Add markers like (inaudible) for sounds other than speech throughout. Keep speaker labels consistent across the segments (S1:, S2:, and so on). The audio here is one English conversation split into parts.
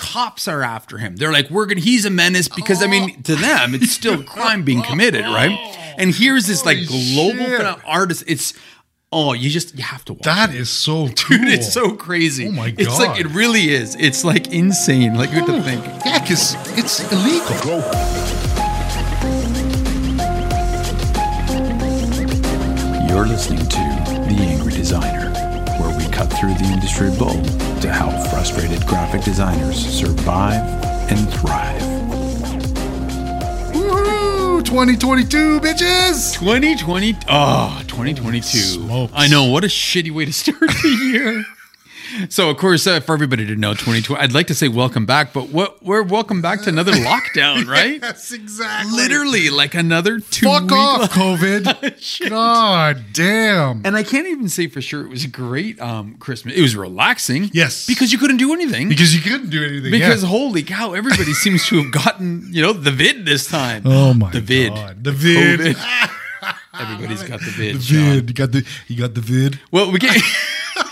S1: cops are after him. They're like, we're gonna. He's a menace because I mean, to them, it's still crime being committed, right? And here's this like
S2: Holy
S1: global
S2: shit.
S1: phenom- artist. It's oh, you just you have to watch.
S2: That is so cool.
S1: Dude, it's so crazy.
S2: Oh my
S1: It's like
S2: God.
S1: it really is. It's like insane. Like you have to think.
S2: Yeah, because it's illegal.
S3: You're listening to The Angry Designer, where we cut through the industry bull to help frustrated graphic designers survive and thrive.
S2: Woohoo! 2022, bitches!
S1: 2020 oh 2022
S2: Smokes.
S1: i know what a shitty way to start the year (laughs) so of course uh, for everybody to know 2020 i'd like to say welcome back but what we're welcome back to another lockdown
S2: (laughs)
S1: right
S2: That's exactly.
S1: literally like another two
S2: Fuck
S1: week (laughs)
S2: off,
S1: lo-
S2: COVID. God damn.
S1: and i can't even say for sure it was a great um christmas it was relaxing
S2: Yes.
S1: because you couldn't do anything
S2: Because you couldn't do anything.
S1: because
S2: yeah.
S1: holy cow everybody seems to have gotten you know the vid this time
S2: Oh my
S1: the vid
S2: God. The vid.
S1: COVID.
S2: (laughs)
S1: everybody's got the vid
S2: The
S1: Sean.
S2: vid. You got the you got the vid.
S1: Well, we can't. (laughs)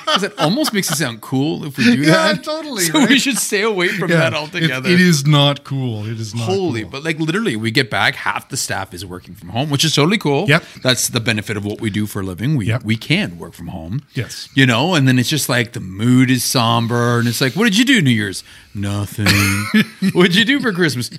S1: 'cause it almost makes it sound cool if we do
S2: Yeah,
S1: that.
S2: totally,
S1: So we
S2: right?
S1: should stay away from that
S2: it-
S1: altogether.
S2: it is not cool. It is not
S1: holy,
S2: cool.
S1: but like literally, we get back half the staff is working from home, which is totally cool.
S2: Yep.
S1: that's the benefit of what we do for a living. We
S2: Yep.
S1: we can work from home.
S2: Yes.
S1: you know, and then it's just like the mood is somber, and it's like, what did you do New Year's? Nothing.
S2: (laughs)
S1: What'd you do for Christmas?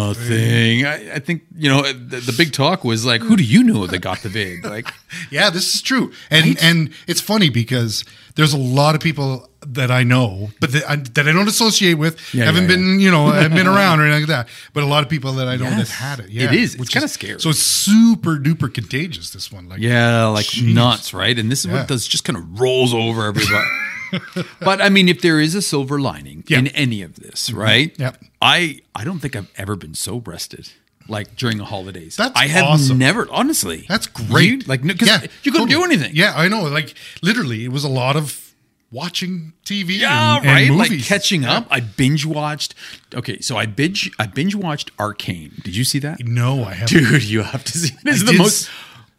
S1: Nothing. I, I think you know the, the big talk was like, who do you know that got the vid? Like.
S2: Yeah, this is true, and and it's funny because there's a lot of people that I know, but that I, that I don't associate with,
S1: Yeah,
S2: haven't
S1: yeah,
S2: been you
S1: (laughs)
S2: know haven't been around or anything like that. But a lot of people that I know
S1: Yes.
S2: that had it.
S1: It
S2: Yeah,
S1: is. It's
S2: which
S1: kinda scary.
S2: So it's super duper contagious. This one, like
S1: Yeah, like
S2: Jeez.
S1: nuts, right? And this is
S2: Yeah.
S1: what does just kind of rolls over everybody.
S2: (laughs)
S1: but I mean, if there is a silver lining
S2: Yeah. Mm-hmm.
S1: in any of this, right?
S2: Yep.
S1: I I don't think I've ever been so rested. Like during the holidays,
S2: That's
S1: I have
S2: awesome.
S1: never, honestly.
S2: that's great.
S1: You, like, because you couldn't do
S2: totally.
S1: anything.
S2: Yeah, I know. Like literally, it was a lot of watching TV.
S1: Yeah,
S2: and, and
S1: right. like
S2: movies.
S1: catching
S2: Yeah.
S1: up. I binge watched. Okay, so I binge. I binge watched Arcane. Did you see that,
S2: No, I haven't.
S1: dude? You have to see. This is the
S2: did
S1: most.
S2: s-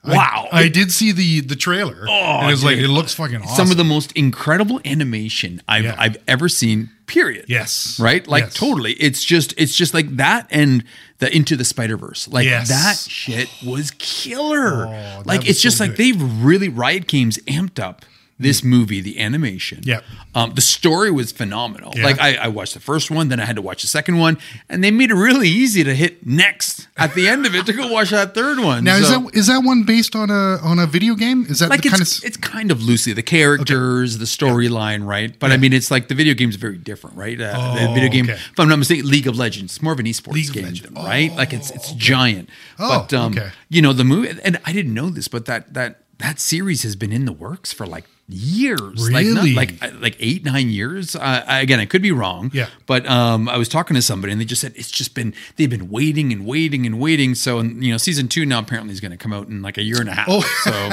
S1: Wow! (laughs)
S2: I did see the the trailer. Oh, and it was like
S1: dude.
S2: it looks fucking awesome.
S1: some of the most incredible animation I've,
S2: Yeah.
S1: I've ever seen. Period.
S2: Yes.
S1: Right. Like
S2: Yes.
S1: totally. It's just it's just like that and the Into the Spider Verse. Like
S2: Yes.
S1: that shit was killer.
S2: Oh, that
S1: like
S2: was
S1: it's just
S2: so
S1: like
S2: good. Mm.
S1: they've really Riot Games amped up this movie, the animation.
S2: Yep.
S1: Um, the story was phenomenal.
S2: Yeah.
S1: Like I, I watched the first one, then I had to watch the second one, and they made it really easy to hit next at the end of it to go watch that third one.
S2: Now is
S1: So-
S2: that is that one based on a on a video game? Is that
S1: like
S2: the
S1: it's
S2: kind of
S1: it's kind of loosely the characters, the storyline, right? But I mean, it's like the video game's very different, right? Uh, the
S2: Oh,
S1: video game,
S2: okay.
S1: if I'm not mistaken, League of Legends, it's more of an esports
S2: League of
S1: game,
S2: Legends. Oh,
S1: than- right? like it's it's giant. but um,
S2: okay.
S1: you know the movie, and I didn't know this, but that that that series has been in the works for like years, like not-
S2: Really?
S1: like uh, like eight nine years. Uh, I, again, I could be wrong,
S2: Yeah.
S1: But um, I was talking to somebody, and they just said it's just been they've been waiting and waiting and waiting. So and you know, season two now apparently is going to come out in like a year and a half.
S2: Oh. (laughs)
S1: So.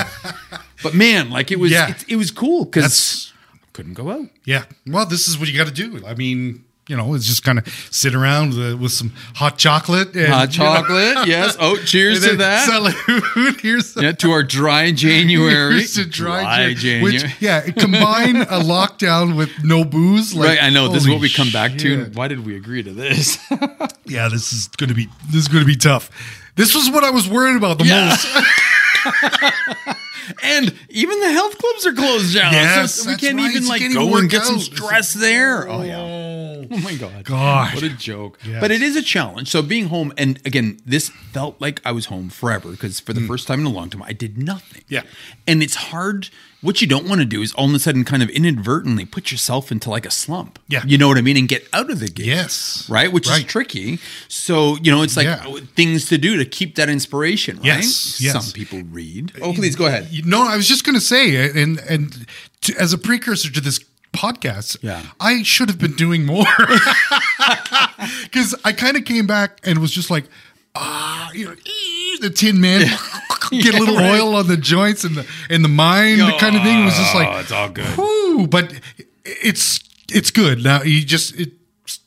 S1: But man, like it was,
S2: Yeah.
S1: it, it was cool because
S2: That's-
S1: couldn't go out.
S2: yeah. Well, this is what you got to do. I mean, you know, it's just kind of sit around with, with some hot chocolate and
S1: Hot
S2: you know,
S1: chocolate, yes. Oh, cheers
S2: and
S1: to
S2: then
S1: that.
S2: Salute. (laughs) Here's
S1: Yeah, to our
S2: (laughs)
S1: dry January.
S2: here's to dry, Jan-
S1: January.
S2: Which, yeah, combine a lockdown with no booze.
S1: (laughs)
S2: Like,
S1: right, I know. This is
S2: holy
S1: what we come back to.
S2: shit.
S1: Why did we agree to this? (laughs)
S2: Yeah, this is gonna be this is gonna be tough. This was what I was worried about the
S1: Yeah.
S2: most. (laughs)
S1: and even the health clubs are closed down.
S2: Yes,
S1: we
S2: that's
S1: can't
S2: right.
S1: even
S2: You
S1: like
S2: can't even
S1: go and
S2: work
S1: get some
S2: out.
S1: stress there. Oh yeah.
S2: yeah.
S1: (laughs) (laughs) Oh my god.
S2: Gosh.
S1: What a joke.
S2: Yes.
S1: But it is a challenge. So being home and again, this felt like I was home forever because for the first time in a long time I did nothing.
S2: Mm. Yeah.
S1: And it's hard what you don't want to do is all of a sudden kind of inadvertently put yourself into like a slump.
S2: Yeah.
S1: You know what I mean? And get out of the game.
S2: Yes.
S1: Right? Which is
S2: Right.
S1: tricky. So, you know, it's like
S2: Yeah.
S1: things to do to keep that inspiration, right?
S2: Yes, yes. Uh,
S1: Some people read. Oh, please go ahead.
S2: You- No, I was just going to say, and and to, as a precursor to this podcast,
S1: Yeah.
S2: I should have been doing more (laughs) because I kind of came back and was just like, ah, you know, ee, the Tin Man, (laughs) get
S1: (laughs)
S2: a little
S1: right. Oh,
S2: oil on the joints and the and the mind kind of thing. It was just like,
S1: all good.
S2: whoo, but it's it's good now. You just it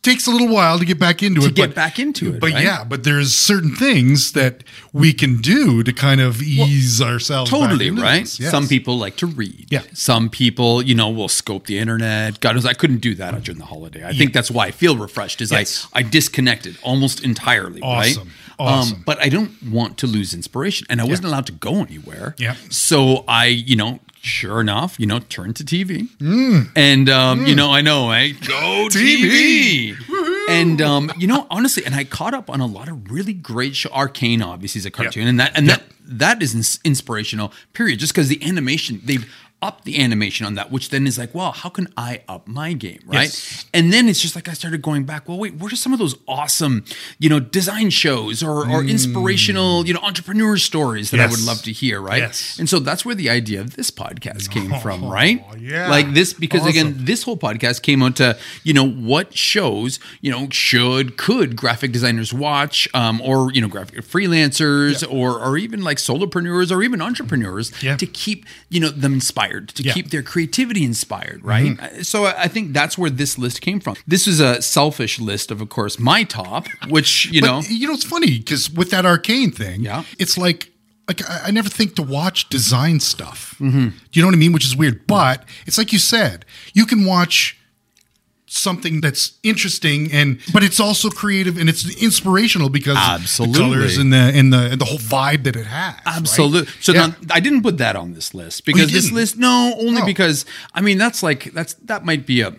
S2: takes a little while to get back into
S1: to
S2: it.
S1: get
S2: but,
S1: back into it.
S2: But
S1: right?
S2: yeah, but there's certain things that we can do to kind of ease ourselves. back
S1: totally
S2: into
S1: right.
S2: this. Yes.
S1: Some people like to read.
S2: Yeah.
S1: Some people, you know, will scope the internet. God knows I couldn't do that during the holiday. I think that's why I feel refreshed. Is
S2: Yes.
S1: I I disconnected almost entirely.
S2: Awesome.
S1: Right. Um,
S2: Awesome.
S1: but I don't want to lose inspiration, and I wasn't allowed to go anywhere.
S2: Yeah.
S1: So I, you know. Sure enough, you know, turn to TV,
S2: Mm.
S1: and um, you know, I know, I go
S2: TV.
S1: TV, and um, you know, honestly, and I caught up on a lot of really great show. Arcane, obviously, is a cartoon, and that and that that is ins- inspirational. Period. Just because the animation they've upped the animation on that, which then is like, well, how can I up my game, right?
S2: Yes.
S1: And then it's just like I started going back. Well, wait, what are some of those awesome, you know, design shows or or inspirational, you know, entrepreneur stories that I would
S2: Mm. Yes.
S1: love to hear, right?
S2: Yes. Oh,
S1: And so that's where the idea of this podcast came from, right?
S2: yeah.
S1: Like this because again,
S2: Awesome.
S1: this whole podcast came out to you know what shows you know should could graphic designers watch um, or you know graphic freelancers or or even like solopreneurs or even entrepreneurs
S2: Yeah.
S1: to keep you know them inspired to
S2: Yeah. Mm-hmm.
S1: keep their creativity inspired right Uh, so I I think that's where this list came from this is a selfish list of of course my top which you know
S2: But, you know, it's funny because with that arcane thing,
S1: Yeah.
S2: it's like like I I never think to watch design stuff.
S1: Mm-hmm.
S2: Do you know what I mean? Which is weird, but it's like you said, you can watch something that's interesting and but it's also creative and it's inspirational because of
S1: Absolutely.
S2: the colors and the and the and the whole vibe that it has. right?
S1: Absolutely. So
S2: Yeah. Oh,
S1: now, I didn't put that on this list because this
S2: didn't?
S1: list, no, only
S2: Oh.
S1: because I mean that's like that's that might be a.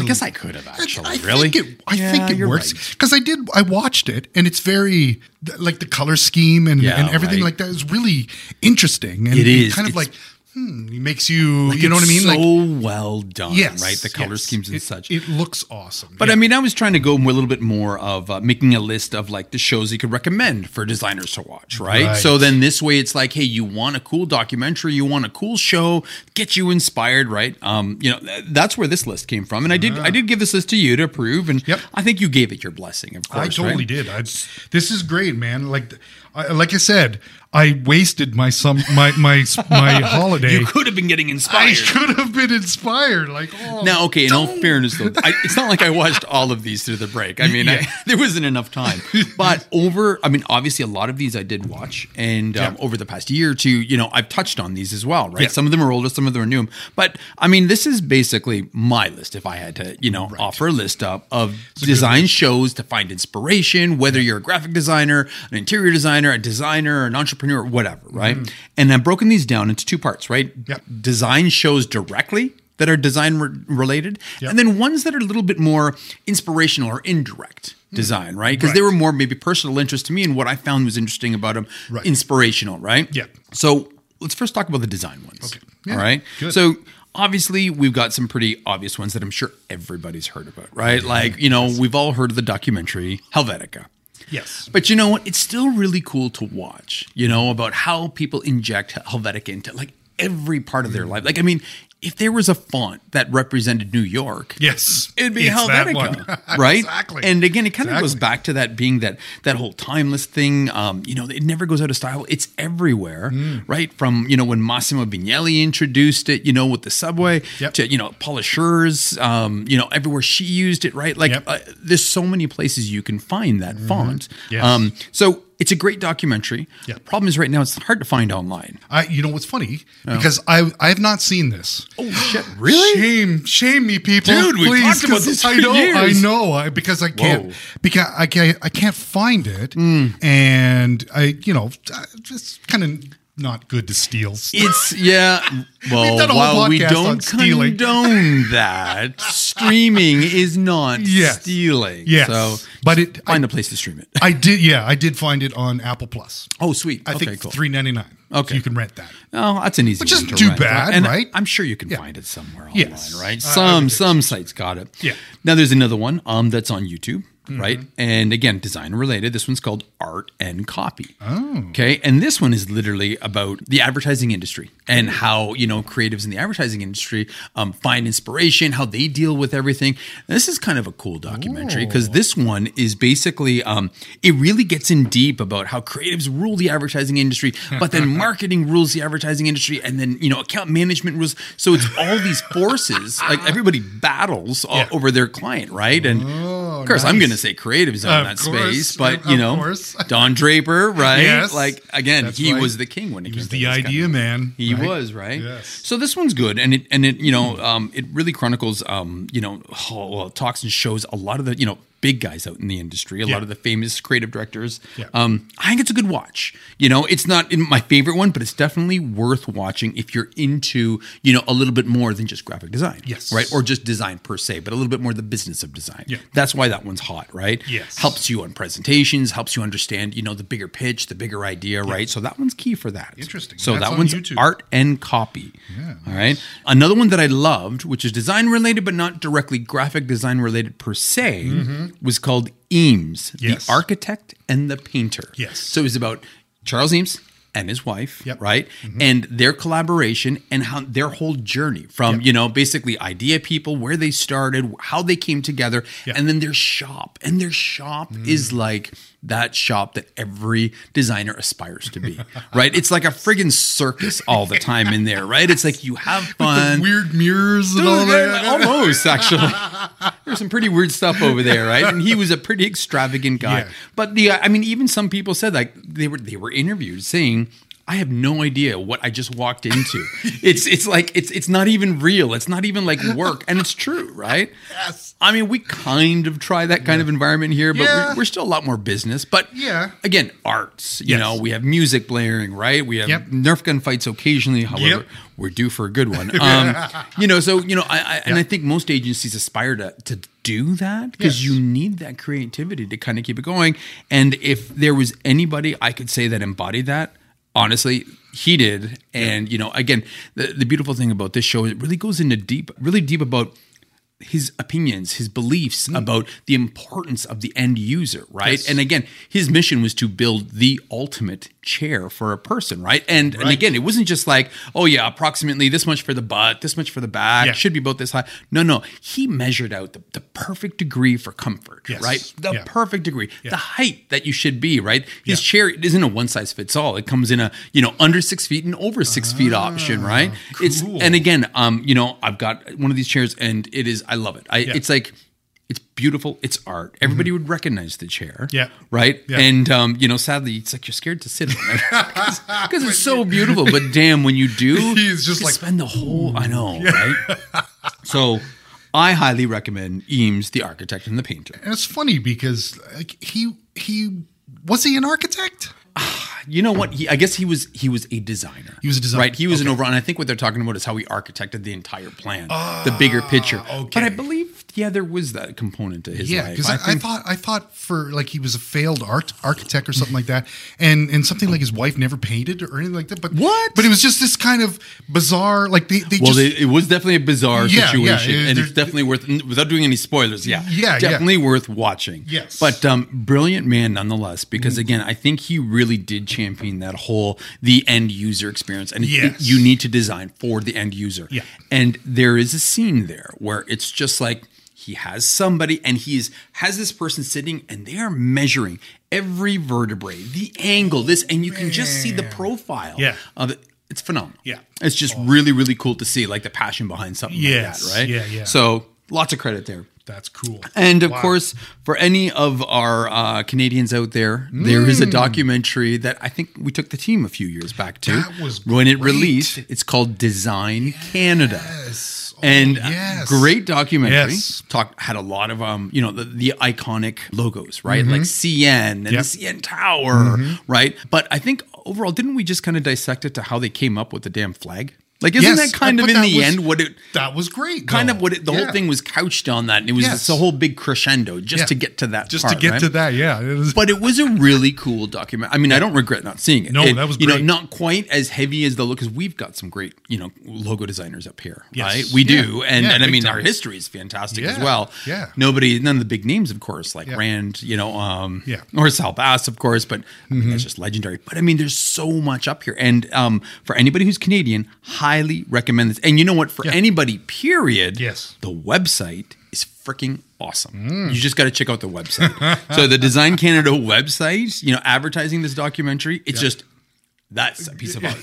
S1: I guess I could have actually.
S2: I
S1: really,
S2: think it, I
S1: Yeah,
S2: think it
S1: you're
S2: works
S1: right.
S2: because I did. I watched it, and it's very th- like the color scheme and,
S1: Yeah,
S2: and everything
S1: right.
S2: like that is really interesting. And
S1: It is.
S2: kind of
S1: It's-
S2: like hmm, it makes you. you know what I mean?
S1: It's
S2: like
S1: So well done,
S2: yes,
S1: right? The color
S2: yes.
S1: schemes and
S2: It-
S1: such.
S2: It looks awesome.
S1: but
S2: yeah.
S1: I mean, I was trying to go more- a little bit more of uh, making a list of like the shows you could recommend for designers to watch, right?
S2: Right.
S1: So then this way, it's like, hey, you want a cool documentary, you want a cool show, get you inspired, right? Um, you know, th- that's where this list came from, and I did, I did give this list to you to approve, and
S2: Ah. Yep.
S1: I think you gave it your blessing, of course.
S2: I totally
S1: right?
S2: did. I, this is great, man. Like, I, like I said, I wasted my some my my my holiday.
S1: (laughs) You could have been getting
S2: I
S1: inspired.
S2: should have been inspired. Like, oh,
S1: Now, okay, in all fairness, though, I, it's not like I watched all of these through the break. I mean, I, (laughs) there wasn't enough time. But over, I mean, obviously, a lot of these I did watch. And um,
S2: Yeah.
S1: over the past year or two, you know, I've touched on these as well, right?
S2: Yeah.
S1: Some of them are older, some of them are new. But I mean, this is basically my list if I had to, you know, offer a list up of design shows to find inspiration, whether you're a graphic designer, an interior designer, a designer, an entrepreneur, whatever, right?
S2: Mm-hmm.
S1: And I've broken these down into two parts, right?
S2: Yep.
S1: design shows directly that are design re- related,
S2: Yep.
S1: and then ones that are a little bit more inspirational or indirect design, right? Because they
S2: Hmm. Right.
S1: were more maybe personal interest to me, and what I found was interesting about them,
S2: Right.
S1: inspirational, right?
S2: Yep.
S1: So let's first talk about the design ones. Okay.
S2: Yeah,
S1: All right.
S2: good.
S1: So obviously we've got some pretty obvious ones that I'm sure everybody's heard about, right? Like you know we've all heard of the documentary Helvetica.
S2: yes,
S1: But you know what? It's still really cool to watch, you know, about how people inject Helvetica into like every part of their life. Like, I mean, if there was a font that represented New York,
S2: yes,
S1: it'd be
S2: It's that (laughs)
S1: Helvetica,
S2: one.
S1: right?
S2: exactly.
S1: And again, it kind of goes
S2: Exactly.
S1: back to that being that that whole timeless thing. Um, you know, it never goes out of style. It's everywhere,
S2: Mm.
S1: right? From you know when Massimo Vignelli introduced it, you know, with the subway
S2: Yep.
S1: to you know Paula Scher's, um, you know, everywhere she used it, right? Like
S2: Yep. Mm-hmm.
S1: uh, there's so many places you can find that font.
S2: Yes.
S1: Um, so it's a great documentary.
S2: Yeah.
S1: Problem is, right now it's hard to find online.
S2: I, you know what's funny because I I have not seen this. (gasps)
S1: Oh shit! Really?
S2: Shame, shame me, people.
S1: Dude, we've
S2: Please,
S1: talked about
S2: 'cause
S1: this
S2: I
S1: for
S2: know, I
S1: years.
S2: know, I, because I can't,
S1: Whoa. Hmm.
S2: because I can't, I can't find it, and I, you know, it's kind of not good to steal. stuff.
S1: It's
S2: (laughs)
S1: yeah. Well,
S2: done a whole
S1: while we
S2: podcast on
S1: don't
S2: stealing.
S1: condone that, streaming is not
S2: (laughs) Yes.
S1: stealing.
S2: Yes.
S1: So,
S2: But it-
S1: find a place to stream it.
S2: I did, yeah, I did find it on Apple Plus.
S1: Oh, sweet.
S2: I
S1: okay,
S2: think
S1: cool.
S2: three ninety nine.
S1: Okay.
S2: you can rent that.
S1: Oh, that's an easy.
S2: Which
S1: one
S2: isn't
S1: to
S2: too
S1: rent,
S2: bad,
S1: And
S2: right?
S1: I'm sure you can
S2: Yeah.
S1: find it somewhere online,
S2: Yes. Uh,
S1: right?
S2: I- I
S1: Some
S2: would
S1: some sites got it.
S2: Yeah.
S1: Now there's another one um that's on YouTube. right? And again, design related. This one's called Art and Copy. Oh. Okay. And this one is literally about the advertising industry and how, you know, creatives in the advertising industry um, find inspiration, how they deal with everything. This is kind of a cool documentary because this one is basically, um, it really gets in deep about how creatives rule the advertising industry, but then marketing rules the advertising industry, and then, you know, account management rules. So it's all these forces, like everybody battles all, over their client, right? And of course, I'm
S2: Oh, nice.
S1: going to say creatives on
S2: Of
S1: that
S2: course,
S1: space, but you
S2: of
S1: know,
S2: course.
S1: Don Draper, right?
S2: (laughs) Yes.
S1: Like again,
S2: That's
S1: he
S2: right.
S1: was the king when it
S2: He
S1: came
S2: was
S1: to
S2: the
S1: this kind
S2: idea
S1: of-
S2: man.
S1: He
S2: right?
S1: was right.
S2: Yes.
S1: So this one's good, and it and it you know um, it really chronicles um, you know oh, well, talks and shows a lot of the you know big guys out in the industry, a
S2: Yeah.
S1: lot of the famous creative directors.
S2: Yeah.
S1: Um, I think it's a good watch. You know, it's not in my favorite one, but it's definitely worth watching if you're into you know a little bit more than just graphic design.
S2: Yes.
S1: right, or just design per se, but a little bit more the business of design.
S2: Yeah.
S1: that's why that one's hot, right?
S2: Yes.
S1: helps you on presentations, helps you understand you know the bigger pitch, the bigger idea, right? So that one's key for that.
S2: Interesting.
S1: So
S2: That's
S1: that
S2: on
S1: one's
S2: YouTube.
S1: art art and copy. All right. Another one that I loved, which is design related but not directly graphic design related per se, was called Eames,
S2: Mm-hmm. Yes.
S1: the architect and the painter.
S2: Yes.
S1: So it was about Charles Eames and his wife,
S2: Yep.
S1: right? And their collaboration and how their whole journey from, you know, basically idea people, where they started, how they came together,
S2: Yeah.
S1: and then their shop. And their shop is like that shop that every designer aspires to be, (laughs) right? It's like a friggin' circus all the time in there, right? It's like you have fun.
S2: Weird mirrors and
S1: Dude,
S2: all that.
S1: yeah, Almost, actually.
S2: (laughs)
S1: There's some pretty weird stuff over there, right? And he was a pretty extravagant guy.
S2: Yeah.
S1: But the, uh, I mean, even some people said like they were they were interviewed saying. I have no idea what I just walked
S2: (laughs)
S1: into. it's it's like it's it's not even real. It's not even like work, and it's true, right?
S2: Yes.
S1: I mean, we kind of try that kind of environment here, but
S2: Yeah.
S1: we're, we're still a lot more business. But
S2: Yeah.
S1: again, arts. You
S2: Yes.
S1: know, we have music blaring, right? We have
S2: Yep.
S1: Nerf gun fights occasionally. However,
S2: Yep.
S1: we're due for a good one.
S2: (laughs)
S1: Um, you know, so you know, I, I and
S2: Yeah.
S1: I think most agencies aspire to to do that because
S2: Yes.
S1: you need that creativity to kind of keep it going. And if there was anybody I could say that embodied that, honestly, he did. And you know, again, the, the beautiful thing about this show is it really goes into deep, really deep about his opinions, his beliefs about the importance of the end user, right?
S2: Mm. Yes.
S1: And again, his mission was to build the ultimate chair for a person, right? And and
S2: Right.
S1: again, it wasn't just like, oh yeah, approximately this much for the butt, this much for the back,
S2: Yeah.
S1: should be about this high. No, no, he measured out the, the perfect degree for comfort,
S2: Yes.
S1: right? The
S2: Yeah.
S1: perfect degree, the height that you should be, right? His chair isn't a one size fits all. It comes in a you know under six feet and over six feet option, right? It's
S2: Ah, cool.
S1: and again, um, you know, I've got one of these chairs and it is I love it. I it's like. It's beautiful. It's art. Everybody would recognize the chair.
S2: Mm-hmm. Yeah.
S1: Right.
S2: Yeah.
S1: And um, you know, sadly, it's like you're scared to sit on
S2: (laughs)
S1: it because it's so beautiful. But damn, when you do,
S2: He's just
S1: you
S2: like,
S1: spend the whole. I know, right? So, I highly recommend Eames, the architect and the painter.
S2: And it's funny because like, he he was he an architect?
S1: You know what? He, I guess he was he was a designer.
S2: He was a designer.
S1: right? He was an overall, and I think what they're talking about is how he architected the entire plan, the bigger picture. But I
S2: Ah, okay.
S1: believe, yeah, there was that component to his
S2: Yeah,
S1: life.
S2: because I, I
S1: think-
S2: thought I thought for like he was a failed art architect or something like that, and and something like his wife never painted or anything like that. But
S1: What?
S2: But it was just this kind of bizarre. Like they they
S1: Well,
S2: just
S1: they, it was definitely a bizarre
S2: Yeah, yeah,
S1: situation,
S2: it-
S1: and
S2: there-
S1: it's definitely worth without doing any spoilers. Yeah,
S2: Yeah, yeah.
S1: definitely worth watching.
S2: Yes. Mm.
S1: but um, brilliant man nonetheless, because again, I think he really did champion that whole the end user experience, and it-
S2: Yes.
S1: you need to design for the end user.
S2: Yeah.
S1: and there is a scene there where it's just like he has somebody, and he's has this person sitting, and they are measuring every vertebrae, the angle, this, and you can just see the profile.
S2: Yeah.
S1: of it. It's phenomenal.
S2: Yeah.
S1: It's just really, really cool to see like the passion behind something
S2: Yes.
S1: like that, right?
S2: Yeah, yeah.
S1: So lots of credit there.
S2: that's cool.
S1: And of
S2: Wow.
S1: course, for any of our uh, Canadians out there, there is a
S2: Hmm.
S1: documentary that I think we took the team a few years back to.
S2: That was
S1: when it
S2: great.
S1: released. It's called Design Canada.
S2: Yes. Oh,
S1: And uh,
S2: yes.
S1: great documentary.
S2: Yes.
S1: Talk had a lot of um, you know, the, the iconic logos, right? Like CN and
S2: Mm-hmm. Yep. Mm-hmm.
S1: the CN Tower, right? But I think overall, didn't we just kind of dissect it to how they came up with the damn flag? Like, isn't
S2: Yes,
S1: that kind
S2: I-
S1: of
S2: but
S1: in
S2: that
S1: the
S2: was-
S1: end what it
S2: That was great.
S1: kind
S2: though.
S1: of what it, the
S2: Yeah.
S1: whole thing was couched on that? And it was
S2: Yes.
S1: this whole big crescendo just
S2: Yeah.
S1: to get to that.
S4: just
S1: part,
S4: to get
S1: right?
S4: to that. Yeah, it was,
S1: But it was a really cool document. I mean, I don't regret not seeing it.
S4: No,
S1: It-
S4: that was
S1: you know
S4: great.
S1: not quite as heavy as the look because we've got some great you know logo designers up here,
S4: Yes.
S1: right? We
S2: Yeah.
S1: do, and
S2: Yeah,
S1: and I
S2: big
S1: mean
S2: time.
S1: our history is fantastic as
S2: Yeah.
S1: well.
S2: Yeah.
S1: nobody, none of the big names, of course, like
S2: Yeah.
S1: Rand, you know, um,
S4: Yeah. Mm-hmm.
S1: or Sal Bass, of course, but I mean, that's just legendary. But I mean, there's so much up here, and um, for anybody who's Canadian, highly recommend this. And you know what? For anybody, period.
S4: Yes. Mm.
S1: the website is freaking awesome. You just got to check out the website.
S4: (laughs)
S1: so the Design Canada website, you know, advertising this documentary, it's just that's a piece of
S4: (laughs)
S1: art.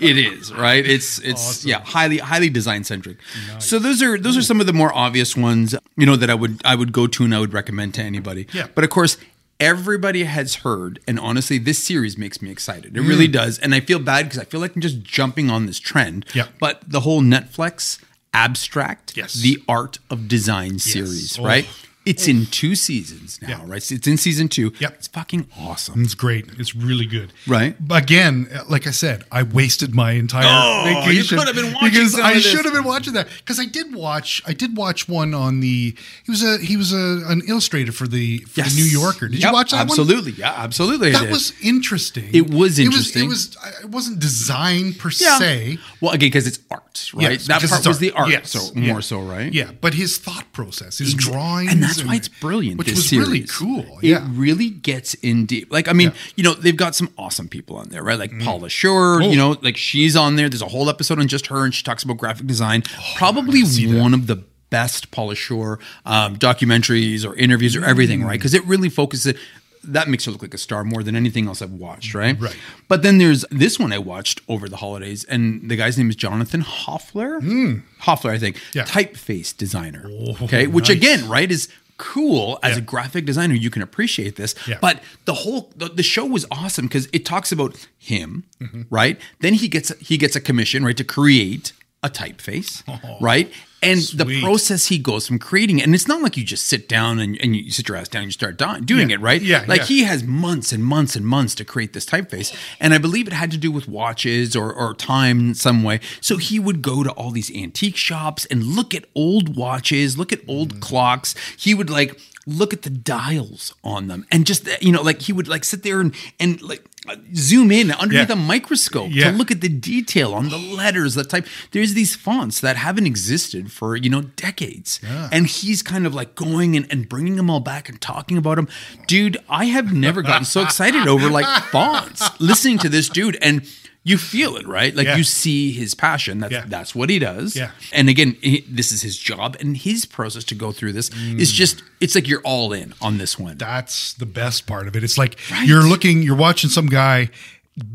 S1: it is right. It's it's yeah, highly highly design centric. So those are those are some of the more obvious ones, you know, that I would I would go to and I would recommend to anybody.
S4: Yeah.
S1: But of course. Everybody has heard, and honestly, this series makes me excited. It
S4: Mm.
S1: really does, and I feel bad because I feel like I'm just jumping on this trend.
S4: Yeah.
S1: But the whole Netflix abstract,
S4: Yes.
S1: the Art of Design series,
S4: Oh.
S1: right? It's in two seasons now,
S4: Yeah.
S1: right? It's in season two.
S4: Yep.
S1: It's fucking awesome.
S4: it's great. It's really good.
S1: Right.
S4: But again, like I said, I wasted my entire
S1: Oh, you
S4: vacation
S1: could have been watching
S4: because
S1: some
S4: I
S1: of this.
S4: should have been.
S2: been watching that because I did watch I did watch one on the he was a he was a an illustrator for the for
S1: Yes.
S2: the New Yorker. Did
S1: Yep,
S2: you watch that one?
S1: Absolutely. Yeah, absolutely. I
S2: That
S1: did.
S2: was interesting.
S1: It was interesting.
S2: It was, it was it wasn't design per
S1: yeah.
S2: se.
S1: Well, again, because it's art, right?
S2: Yes,
S1: that
S2: because
S1: part
S2: it's
S1: was
S2: art.
S1: the art,
S2: Yes.
S1: so
S2: Yeah.
S1: more so, right?
S2: Yeah, but his thought process, his
S1: Exa-
S2: drawings,
S1: and that's why it's brilliant.
S2: which
S1: this
S2: was
S1: series.
S2: really cool.
S1: It
S2: Yeah,
S1: really gets in deep. Like, I mean, you know, they've got some awesome people on there, right? Like
S2: Mm.
S1: Paula Shore,
S2: Oh.
S1: you know, like she's on there. There's a whole episode on just her, and she talks about graphic design.
S2: Oh,
S1: Probably one of the best Paula Shore um, documentaries or interviews or everything,
S2: Mm.
S1: right? Because it really focuses. That makes her look like a star more than anything else I've watched, right?
S4: Right.
S1: But then there's this one I watched over the holidays, and the guy's name is Jonathan Hoffler.
S2: Mm.
S1: Hoffler, I think.
S4: Yeah.
S1: Typeface designer.
S2: Oh,
S1: okay. Which again, right, is cool as
S4: Yeah.
S1: a graphic designer. You can appreciate this.
S4: Yeah.
S1: But the whole the, the show was awesome because it talks about him,
S4: Mm-hmm.
S1: right? Then he gets he gets a commission, right, to create a typeface, right? And the
S4: Oh, sweet.
S1: process he goes from creating it, and it's not like you just sit down and, and you sit your ass down and you start do- doing it, right?
S4: Yeah,
S1: Like
S4: yeah.
S1: he he has months and months and months to create this typeface. And I believe it had to do with watches or, or time in some way. So he would go to all these antique shops and look at old watches, look at old
S4: Mm.
S1: clocks. He would like look at the dials on them and just, you know, like he would like sit there and, and like, uh, Zoom in underneath
S4: Yeah.
S1: a microscope
S4: Yeah.
S1: to look at the detail on the letters, the type. There's these fonts that haven't existed for you know decades, and he's kind of like going and, and bringing them all back and talking about them. Dude, I have never gotten so excited over like
S4: (laughs)
S1: fonts listening to this dude, and you feel it, right? Like
S4: Yeah.
S1: you see his passion. That's
S4: Yeah.
S1: that's what he does.
S4: Yeah.
S1: And again, he, this is his job, and his process to go through this
S4: Mm.
S1: is just it's like you're all in on this one.
S4: That's the best part of it. It's like you're looking, you're watching some guy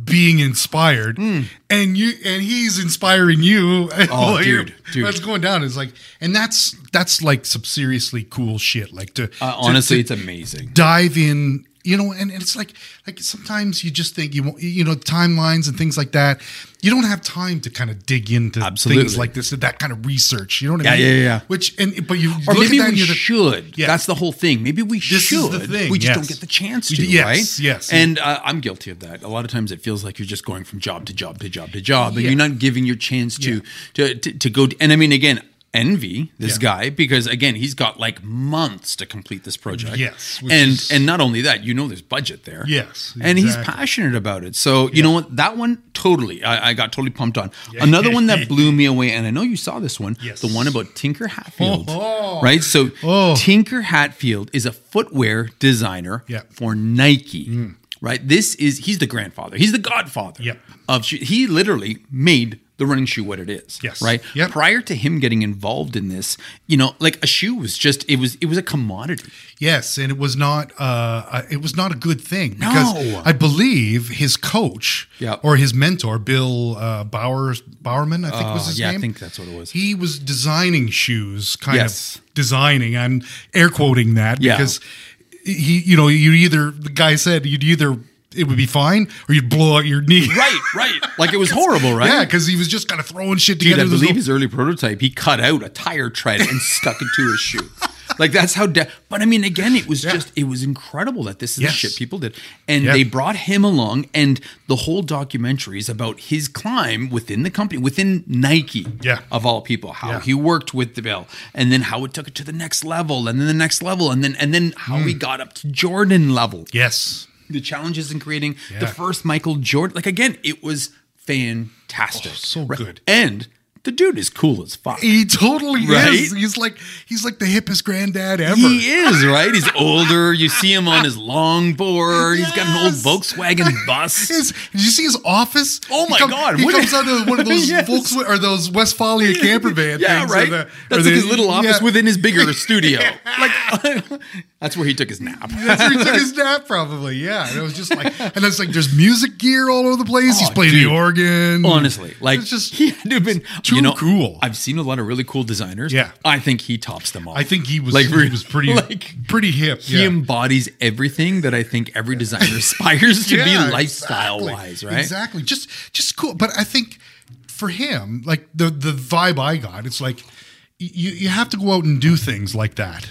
S4: being inspired, and you and he's inspiring you.
S1: Hmm.
S4: (laughs)
S1: Oh,
S4: Like,
S1: dude, dude.
S4: that's going down. It's like, and that's that's like some seriously cool shit. Like to
S1: Uh, honestly,
S4: to,
S1: it's amazing.
S4: dive in you know and, and it's like like sometimes you just think you won't you know timelines and things like that you don't have time to kind of dig into
S1: Absolutely.
S4: things like this that kind of research you know what i
S1: Yeah,
S4: mean
S1: yeah, yeah.
S4: which and but you
S1: Or
S4: look
S1: maybe
S4: at that
S1: we
S4: and you're the-
S1: should.
S4: Yeah.
S1: That's the whole thing. Maybe we
S4: is
S1: should.
S4: the thing,
S1: We just
S4: yes.
S1: don't get the chance
S4: We
S1: to,
S4: d- yes,
S1: right?
S4: yes.
S1: And uh, I'm guilty of that. A lot of times it feels like you're just going from job to job to job to job, and you're not giving your chance to, to, to to go. And I mean, again, envy this guy because again, he's got like months to complete this project.
S4: Yes, which
S1: and
S4: is-
S1: and not only that, you know, there's budget there.
S4: Yes,
S1: and he's
S4: exactly.
S1: passionate about it. So you know what? That one totally. I, I got totally pumped on. Another one
S4: (laughs)
S1: that blew me away, and I know you saw this one.
S4: Yes.
S1: the one about Tinker Hatfield.
S4: (laughs) Oh.
S1: Right? So Tinker Hatfield is a footwear designer
S4: Yeah. Mm.
S1: for Nike. Right? This is he's the grandfather. He's the godfather
S4: Yeah.
S1: of shoe- he literally made the running shoe what it is.
S4: Yes.
S1: Right?
S4: Yeah.
S1: Prior to him getting involved in this, you know, like a shoe was just it was it was a commodity.
S2: Yes, and it was not uh, it was not a good thing because
S1: No.
S2: I believe his coach
S1: Yep.
S2: or his mentor Bill uh, Bauer Bowerman I think was
S1: Uh,
S2: his
S1: yeah, I
S2: name.
S1: think that's what it was.
S2: He was designing shoes, kind
S1: Yes.
S2: of designing. I'm air quoting that
S1: Yeah.
S2: because he, you know, you either the guy said you'd either it would be fine or you'd blow out your knee.
S1: Right, right. Like
S4: (laughs)
S1: it was horrible, right?
S2: Yeah, because he was just kind of throwing shit
S1: Dude,
S2: together.
S1: I
S2: There's
S1: believe
S2: no- (laughs)
S1: his early prototype, he cut out a tire tread and stuck it to his shoe. like that's how. De- but I mean, again, it was just it was incredible that this is
S2: Yes.
S1: the shit people did, and
S2: Yeah.
S1: they brought him along, and the whole documentary is about his climb within the company, within Nike,
S2: Yeah.
S1: of all people, how
S2: Yeah.
S1: he worked with the bill, and then how it took it to the next level, and then the next level, and then and then how
S2: Mm.
S1: he got up to Jordan level
S2: Yes.
S1: the challenges in creating the
S2: Yeah.
S1: first Michael Jordan. Like again, it was fantastic.
S2: so
S1: Right.
S2: good.
S1: And the dude is cool as fuck.
S2: He totally
S1: Right?
S2: is. He's like he's like the hippest granddad ever.
S1: He is, right? (laughs) He's older. You see him on his longboard. He's got an old
S2: Yes.
S1: Volkswagen bus.
S2: His, did you see his office?
S1: Oh my
S2: he come-
S1: God,
S2: He
S1: what-
S2: comes out of one
S1: (laughs)
S2: of those
S1: Yes.
S2: Volkswagen or those Westphalia camper
S1: (laughs) (laughs)
S2: van
S1: yeah,
S2: things.
S1: right.
S2: Or the, or
S1: that's
S2: the-
S1: like his little office
S2: yeah.
S1: within his bigger (laughs) studio. Like (laughs) that's where he took his nap.
S2: (laughs) That's where he took his nap, probably. Yeah, and it was just like, and it's like there's music gear all over the place. He's
S1: Oh,
S2: playing
S1: dude.
S2: the organ.
S1: Honestly, like
S2: it's just
S1: he had to have been
S2: too
S1: you know,
S2: cool.
S1: I've seen a lot of really cool designers.
S2: Yeah.
S1: I think he tops them all.
S2: I think he was
S1: Like,
S2: he was pretty
S1: (laughs) like-
S2: pretty hip.
S1: he
S2: yeah.
S1: embodies everything that I think every designer (laughs) aspires to
S2: Yeah,
S1: be lifestyle wise, right?
S2: Exactly. Just just cool. But I think for him, like the the vibe I got, it's like you you have to go out and do things like that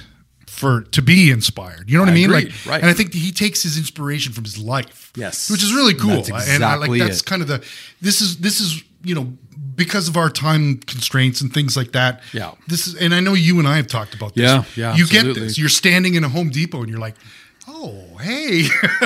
S2: for to be inspired. You know what I,
S1: I
S2: mean?
S1: agree,
S2: Like
S1: right.
S2: and I think he takes his inspiration from his life.
S1: Yes.
S2: Which is really cool.
S1: That's
S2: and I like
S1: exactly
S2: that's
S1: it.
S2: kind of the this is this is, you know, because of our time constraints and things like that.
S1: Yeah.
S2: This is and I know you and I have talked about this.
S1: Yeah, yeah,
S2: You get
S1: absolutely.
S2: this. You're standing in a Home Depot and you're like, oh, hey. (laughs)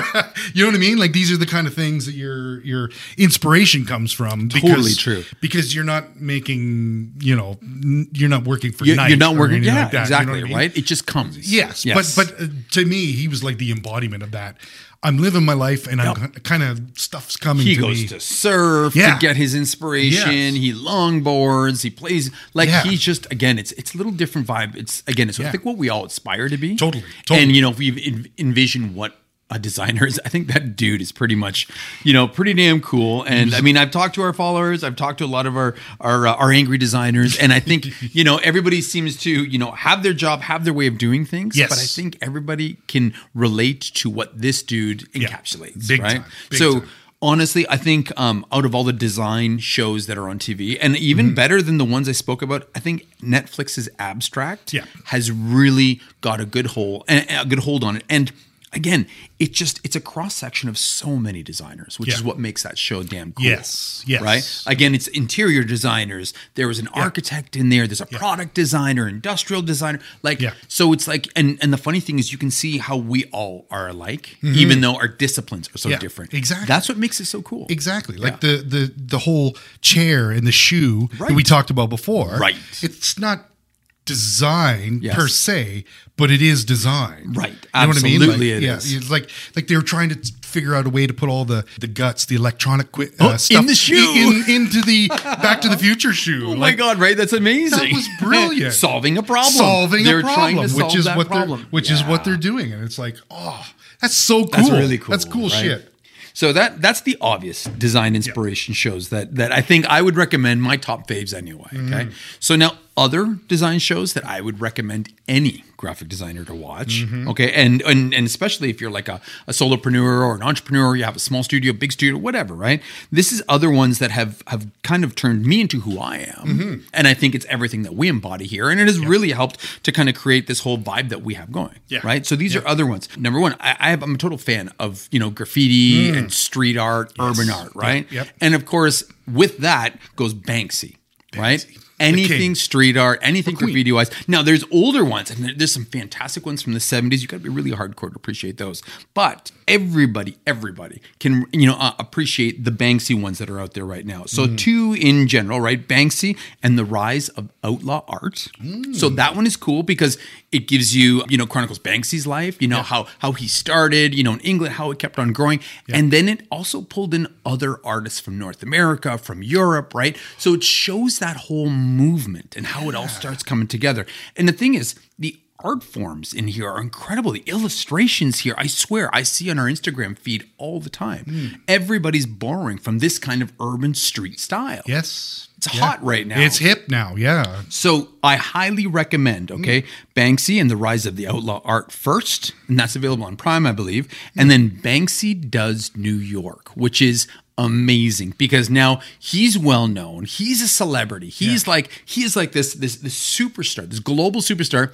S2: you know what I mean? Like these are the kind of things that your your inspiration comes from. Because,
S1: Totally true.
S2: Because you're not making, you know, n- you're not working for
S1: You,
S2: Nike
S1: are not
S2: or
S1: working.
S2: anything
S1: Yeah,
S2: like that, you know
S1: exactly.
S2: what I mean?
S1: Right. It just comes.
S2: Yes, but but uh, to me, he was like the embodiment of that. I'm living my life, and I'm kind of stuff's coming.
S1: he
S2: to
S1: goes
S2: me.
S1: to surf
S2: Yeah.
S1: to get his inspiration.
S2: Yes.
S1: He longboards. He plays like
S2: Yeah.
S1: he's just again. It's it's a little different vibe. It's again. It's I
S2: Yeah.
S1: think what we all aspire to be.
S2: Totally, totally.
S1: And you know if we en- envision what. A designer is. I think that dude is pretty much, you know, pretty damn cool. And I mean, I've talked to our followers. I've talked to a lot of our our, uh, our angry designers, and I
S2: (laughs)
S1: think you know everybody seems to you know have their job, have their way of doing things.
S2: Yes.
S1: But I think everybody can relate to what this dude encapsulates.
S2: Big
S1: right.
S2: time. Big
S1: so
S2: time.
S1: Honestly, I think um, out of all the design shows that are on TV, and
S2: Mm-hmm.
S1: even better than the ones I spoke about, I think Netflix's Abstract
S2: Yeah.
S1: has really got a good hold and a good hold on it. And again, it just it's a cross section of so many designers, which
S2: Yeah.
S1: is what makes that show damn cool.
S2: Yes, yes.
S1: right. Again, it's interior designers. There was an architect in there. There's a product designer, industrial designer. Like
S2: Yeah.
S1: so, it's like and and the funny thing is, you can see how we all are alike, even though our disciplines are so
S2: Mm-hmm. Yeah,
S1: different.
S2: exactly.
S1: That's what makes it so cool.
S2: Exactly. Like the the the whole chair and the shoe that we
S1: Right.
S2: talked about before.
S1: Right.
S2: It's not design
S1: Yes.
S2: per se, but it is design.
S1: Right.
S2: You know what I
S1: Absolutely
S2: mean?
S1: it
S2: Like, yeah,
S1: is.
S2: It's like like they were trying to figure out a way to put all the the guts, the electronic qui-
S1: Oh,
S2: uh,
S1: in
S2: stuff
S1: the shoe.
S2: in- into the Back to the Future shoe.
S1: (laughs) Oh my god! Right? That's amazing.
S2: That was brilliant.
S1: (laughs) solving a problem.
S2: Solving
S1: They're
S2: a problem,
S1: trying to solve
S2: which is
S1: that
S2: what
S1: problem.
S2: they're which is what they're doing, and it's like, oh, that's so cool.
S1: That's really cool.
S2: That's cool
S1: right?
S2: shit.
S1: So that that's the obvious design inspiration shows that that I think I would recommend my top faves anyway. Okay. So now other design shows that I would recommend any graphic designer to watch. Okay. And, and and especially if you're like a, a solopreneur or an entrepreneur, you have a small studio, big studio, whatever, right? This is other ones that have have kind of turned me into who I am. And I think it's everything that we embody here. And it has really helped to kind of create this whole vibe that we have going.
S2: Yeah.
S1: Right. So these are other ones. Number one, I, I have, I'm a total fan of you know graffiti and street art, urban art, right?
S2: Hmm. Yep.
S1: And of course, with that goes Banksy, right?
S2: king.
S1: Anything street art, anything graffiti wise. Now there's older ones, and there- there's some fantastic ones from the 70s. You got to be really hardcore to appreciate those. But everybody, everybody can you know uh, appreciate the Banksy ones that are out there right now. So two in general, right? Banksy and the rise of outlaw art. So that one is cool because it gives you you know chronicles Banksy's life, you know how how he started, you know in England, how it kept on growing, and then it also pulled in other artists from North America, from Europe, right? So it shows that whole movement and how it all starts coming together. And the thing is, the art forms in here are incredible. The illustrations here, I swear, I see on our Instagram feed all the time. Everybody's borrowing from this kind of urban street style.
S2: Yes.
S1: It's hot right now.
S2: It's hip now, yeah.
S1: So I highly recommend, okay, Banksy and the Rise of the Outlaw Art first, and that's available on Prime, I believe, and then Banksy Does New York, which is amazing because now he's well known. He's a celebrity. He's like he is like this this this superstar, this global superstar.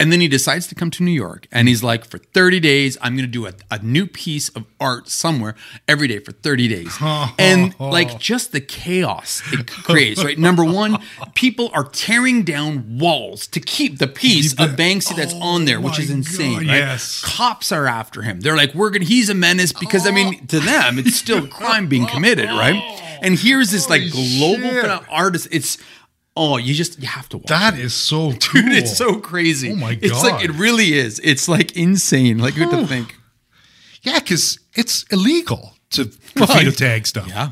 S1: And then he decides to come to New York and he's like, for 30 days, I'm going to do a, a new piece of art somewhere every day for 30
S2: (laughs)
S1: days. and like just the chaos it creates, right? Number one, people are tearing down walls to keep the piece of Banksy that's on there, which
S2: Oh my
S1: is insane.
S2: God,
S1: right?
S2: yes.
S1: Cops are after him. They're like, we're going to, he's a menace because, I mean, to them, it's still
S2: (laughs)
S1: crime being committed, right? And here's this like global
S2: shit.
S1: pheno- artist. It's, oh, you just, you have to watch
S2: That is so
S1: (laughs)
S2: cool.
S1: Dude, it's so crazy.
S2: Oh my
S1: It's like
S2: God.
S1: it really is. It's like insane. Like you have to think.
S2: yeah, because it's illegal to graffito tag stuff.
S1: yeah.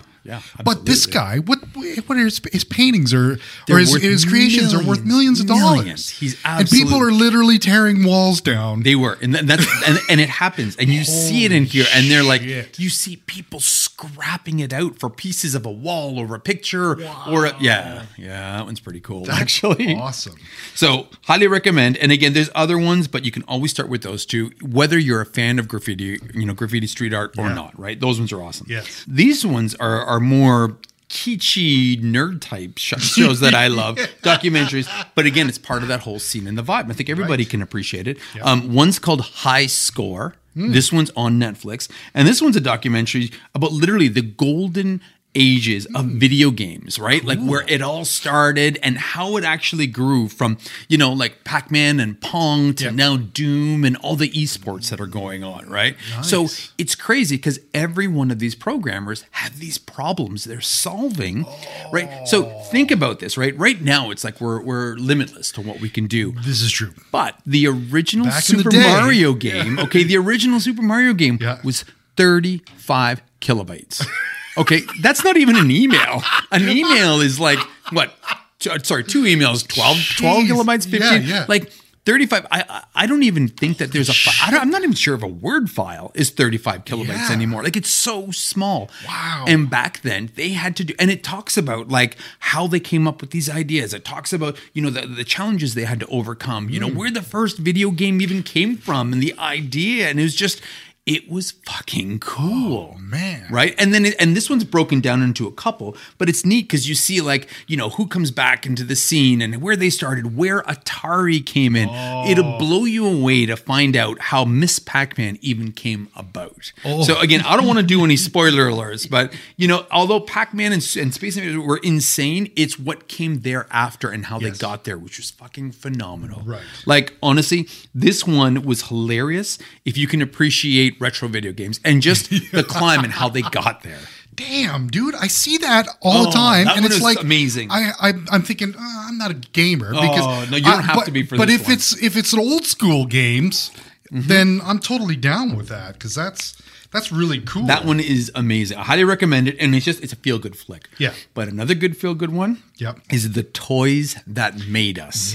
S2: But this guy, what what are his, his paintings are or his,
S1: worth
S2: his creations are worth millions
S1: millions,
S2: of dollars.
S1: millions. He's
S2: and people
S1: absolute-
S2: are literally tearing walls down.
S1: They were, and th- that's and, and it happens, and you see it in here, and they're like,
S2: shit.
S1: you see people scrapping it out for pieces of a wall or a picture or a, yeah, yeah, that one's pretty cool actually.
S2: (laughs) awesome.
S1: So highly recommend. And again, there's other ones, but you can always start with those two, whether you're a fan of graffiti, you know, graffiti street art or not, right? Those ones are awesome.
S2: Yes.
S1: These ones are are more kitschy nerd type sh- shows that I love, documentaries. But again, it's part of that whole scene and the vibe. I think everybody can appreciate it. Um, one's called High Score. This one's on Netflix, and this one's a documentary about literally the golden ages of video games, right? Like where it all started and how it actually grew from, you know, like Pac-Man and Pong to now Doom and all the esports that are going on, right? So it's crazy because every one of these programmers have these problems they're solving, right? So think about this, right? Right now it's like we're we're limitless to what we can do.
S2: This is true.
S1: But the original
S2: Back in the
S1: Super
S2: day. (laughs)
S1: Mario game, okay, the original Super Mario game
S2: Yeah.
S1: was 35
S2: (laughs)
S1: kilobytes. Okay, that's not even an email. An email is like what? t- uh, Sorry, two emails, 12, 12
S2: Jeez.
S1: kilobytes, 15.
S2: Yeah, yeah.
S1: Like 35 I I- I don't even think that there's a fi- I don't, I'm not even sure if a word file is 35 kilobytes
S2: Yeah.
S1: anymore. Like it's so small.
S2: Wow.
S1: And and back then they had to do and it talks about like how they came up with these ideas it talks about you know the, the challenges they had to overcome
S2: Mm.
S1: you know where the first video game even came from and the idea and it was just it was fucking cool
S2: Oh, man.
S1: right and then it, and this one's broken down into a couple but it's neat because you see like you know who comes back into the scene and where they started where atari came in
S2: Oh.
S1: it'll blow you away to find out how miss pac-man even came about
S2: Oh.
S1: so again i don't want to do any spoiler alerts but you know although pac-man and, and space invaders were insane it's what came thereafter and how they got there which was fucking phenomenal
S2: Right.
S1: like honestly this one was hilarious if you can appreciate retro video games and
S2: (laughs)
S1: just the climb and how they got there
S2: Damn, dude, I see that all the
S1: Oh,
S2: time,
S1: that
S2: and
S1: one
S2: it's
S1: is
S2: like
S1: amazing. Oh,
S2: I, I I'm thinking uh, I'm not a gamer because
S1: no, you don't
S2: I-
S1: have
S2: but-
S1: to be for
S2: But
S1: this
S2: if
S1: one. Mm-hmm.
S2: it's if it's an old school games, then I'm totally down with that because that's that's really cool.
S1: that one is amazing i highly recommend it and it's just it's a feel good flick
S2: Yeah.
S1: but another good feel good one
S2: Yep.
S1: is the toys that made us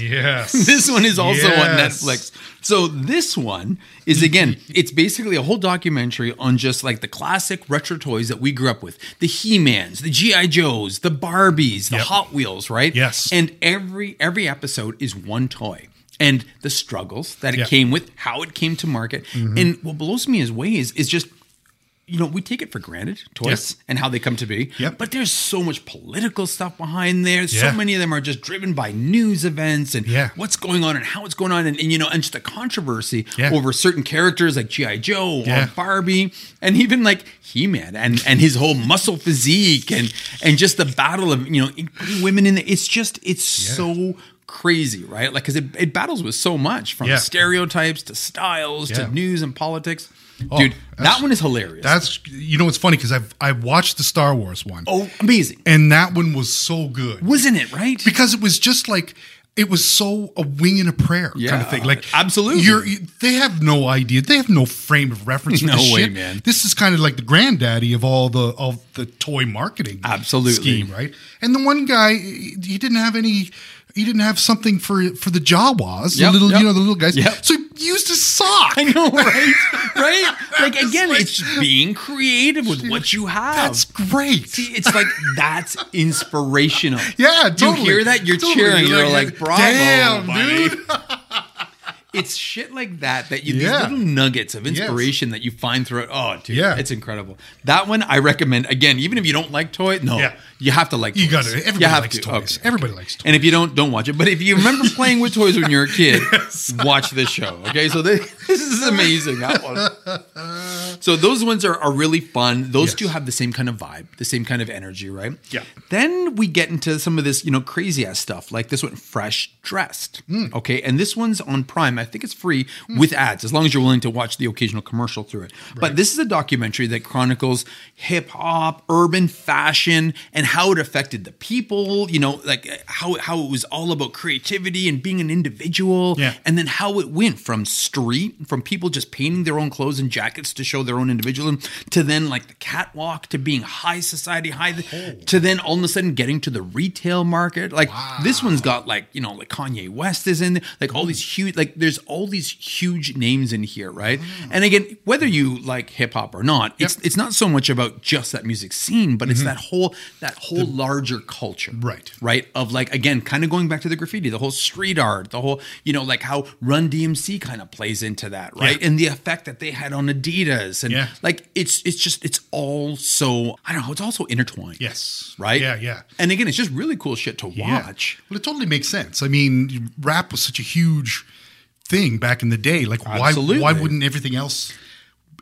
S1: (laughs)
S2: Yes.
S1: this one is also
S2: Yes.
S1: on Netflix. So this one is again, it's basically a whole documentary on just like the classic retro toys that we grew up with. The He-Mans, the G.I. Joes, the Barbies, the Hot Wheels, right?
S2: Yes.
S1: And every every episode is one toy. And the struggles that it
S2: Yeah. Mm-hmm.
S1: came with, how it came to market. And what blows me away is is just you know, we take it for granted, toys and how they come to be.
S2: Yep.
S1: But there's so much political stuff behind there.
S2: Yeah.
S1: So many of them are just driven by news events and
S2: Yeah.
S1: what's going on and how it's going on and, and, you know, and just the controversy
S2: Yeah.
S1: over certain characters like G.I. Joe
S2: Yeah.
S1: or Barbie and even like He Man and, and his whole muscle physique and and just the battle of, you know, putting women in the it's just it's so crazy, right? Like because it, it battles with so much from
S2: Yeah.
S1: stereotypes to styles
S2: Yeah.
S1: to news and politics.
S2: Oh,
S1: Dude,
S2: that's-
S1: that one is hilarious.
S2: That's you know it's funny because I've I watched the Star Wars one,
S1: Oh, amazing.
S2: and that one was so good.
S1: Wasn't it, right? (laughs)
S2: because it was just like it was so a wing and a prayer kind
S1: Yeah,
S2: of thing. Like
S1: absolutely.
S2: you're you- they have no idea. They have no frame of reference. For
S1: No
S2: this
S1: way,
S2: shit.
S1: man.
S2: This is kind of like the granddaddy of all the of the toy marketing
S1: Absolutely.
S2: scheme, right? And the one guy he he didn't have any. He didn't have something for for the Jawas, the
S1: Yep,
S2: little
S1: yep.
S2: you know the little guys.
S1: Yep.
S2: So he used his sock.
S1: I know,
S2: (laughs)
S1: right? right? Like, again, it's being creative with what you have.
S2: That's great.
S1: See, it's like that's inspirational.
S2: (laughs) yeah, totally.
S1: You hear that? You're
S2: Totally.
S1: cheering. You're like, bravo.
S2: Damn,
S1: buddy."
S2: dude.
S1: (laughs) it's shit like that that you
S2: Yeah.
S1: these little nuggets of inspiration that you find throughout. Oh, dude,
S2: Yeah.
S1: it's incredible. That one I recommend again, even if you don't like toy. No,
S2: Yeah.
S1: you have to like.
S2: You
S1: toys.
S2: got it.
S1: You
S2: Everybody
S1: have
S2: likes
S1: to.
S2: toys.
S1: Okay.
S2: Everybody likes toys.
S1: And if you don't, don't watch it. But if you remember playing with toys when you were a
S2: (laughs)
S1: kid, watch this show. Okay, so this, (laughs) this is amazing. That one. So those ones are, are really fun. Those
S2: Yes.
S1: two have the same kind of vibe, the same kind of energy, right?
S2: Yeah.
S1: Then we get into some of this, you know, crazy ass stuff like this one, Fresh Dressed.
S2: Hmm.
S1: Okay, and this one's on Prime. I think it's free with ads, as long as you're willing to watch the occasional commercial through it. But this is a documentary that chronicles hip hop, urban fashion, and how it affected the people. You know, like uh, how how it was all about creativity and being an individual
S2: Yeah.
S1: and then how it went from street, from people just painting their own clothes and jackets to show their own individualism, to then like the catwalk, to being high society, high, to then all of a sudden getting to the retail market. Like this one's got like you know like Kanye West is in, there, like all these huge, like there's all these huge names in here, right? And again, whether you like hip hop or not, it's it's not so much about just that music scene, but it's that whole that whole larger culture,
S2: Right.
S1: right? Of like again, kind of going back to the graffiti, the whole street art, the whole you know like how Run DMC kind of plays into that, right? And the effect that they had on Adidas, and
S2: Yeah.
S1: like it's it's just it's all so I don't know, it's also intertwined,
S2: Yes.
S1: right?
S2: Yeah, yeah.
S1: And again, it's just really cool shit to
S2: Yeah.
S1: watch.
S2: Well, it totally makes sense. I mean, rap was such a huge thing back in the day. Like, why
S1: Absolutely.
S2: why wouldn't everything else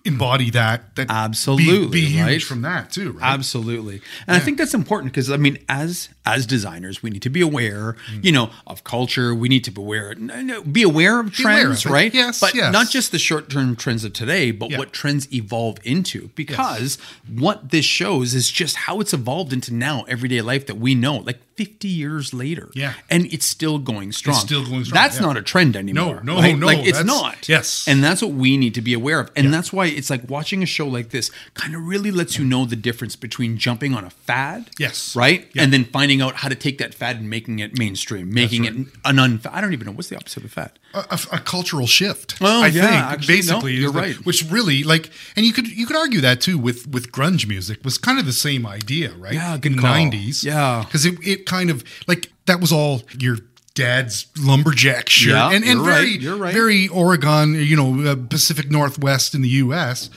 S2: embody that? That be-
S1: Absolutely,
S2: be, huge
S1: right?
S2: from that too, right?
S1: Absolutely. And I think that's important because I mean as as designers we need to be aware, you know, of culture, we need to be aware n- n- be aware of
S2: Mm. aware of
S1: trends,
S2: it.
S1: right?
S2: Yes,
S1: But
S2: yes.
S1: not just the short-term trends of today, but
S2: Yeah.
S1: what trends evolve into because what this shows is just how it's evolved into now everyday life that we know like 50 years later.
S2: Yeah.
S1: And it's still going strong.
S2: still going strong,
S1: That's
S2: yeah.
S1: not a trend anymore.
S2: no,
S1: right?
S2: no,
S1: Like it's
S2: that's-
S1: not.
S2: yes.
S1: And and that's what we need to be aware of. And that's why it's like watching a show like this kind of really lets you know the difference between jumping on a fad.
S2: Yes.
S1: Right?
S2: Yeah.
S1: And then finding out how to take that fad and making it mainstream, making it an unfad. I don't even know. What's the opposite of fad?
S2: a, a- a cultural shift.
S1: Oh,
S2: I
S1: yeah,
S2: think
S1: actually,
S2: basically,
S1: no, you're
S2: is that-
S1: right.
S2: Which really, like, and you could you could argue that too with with grunge music was kind of the same idea, right?
S1: Yeah,
S2: In
S1: good
S2: the
S1: call.
S2: nineties.
S1: Yeah.
S2: because it, it kind of like that was all your dad's lumberjack shirt,
S1: Yeah,
S2: and and
S1: you're
S2: very
S1: right, you're right.
S2: very Oregon, you know, uh, Pacific Northwest in the U.S.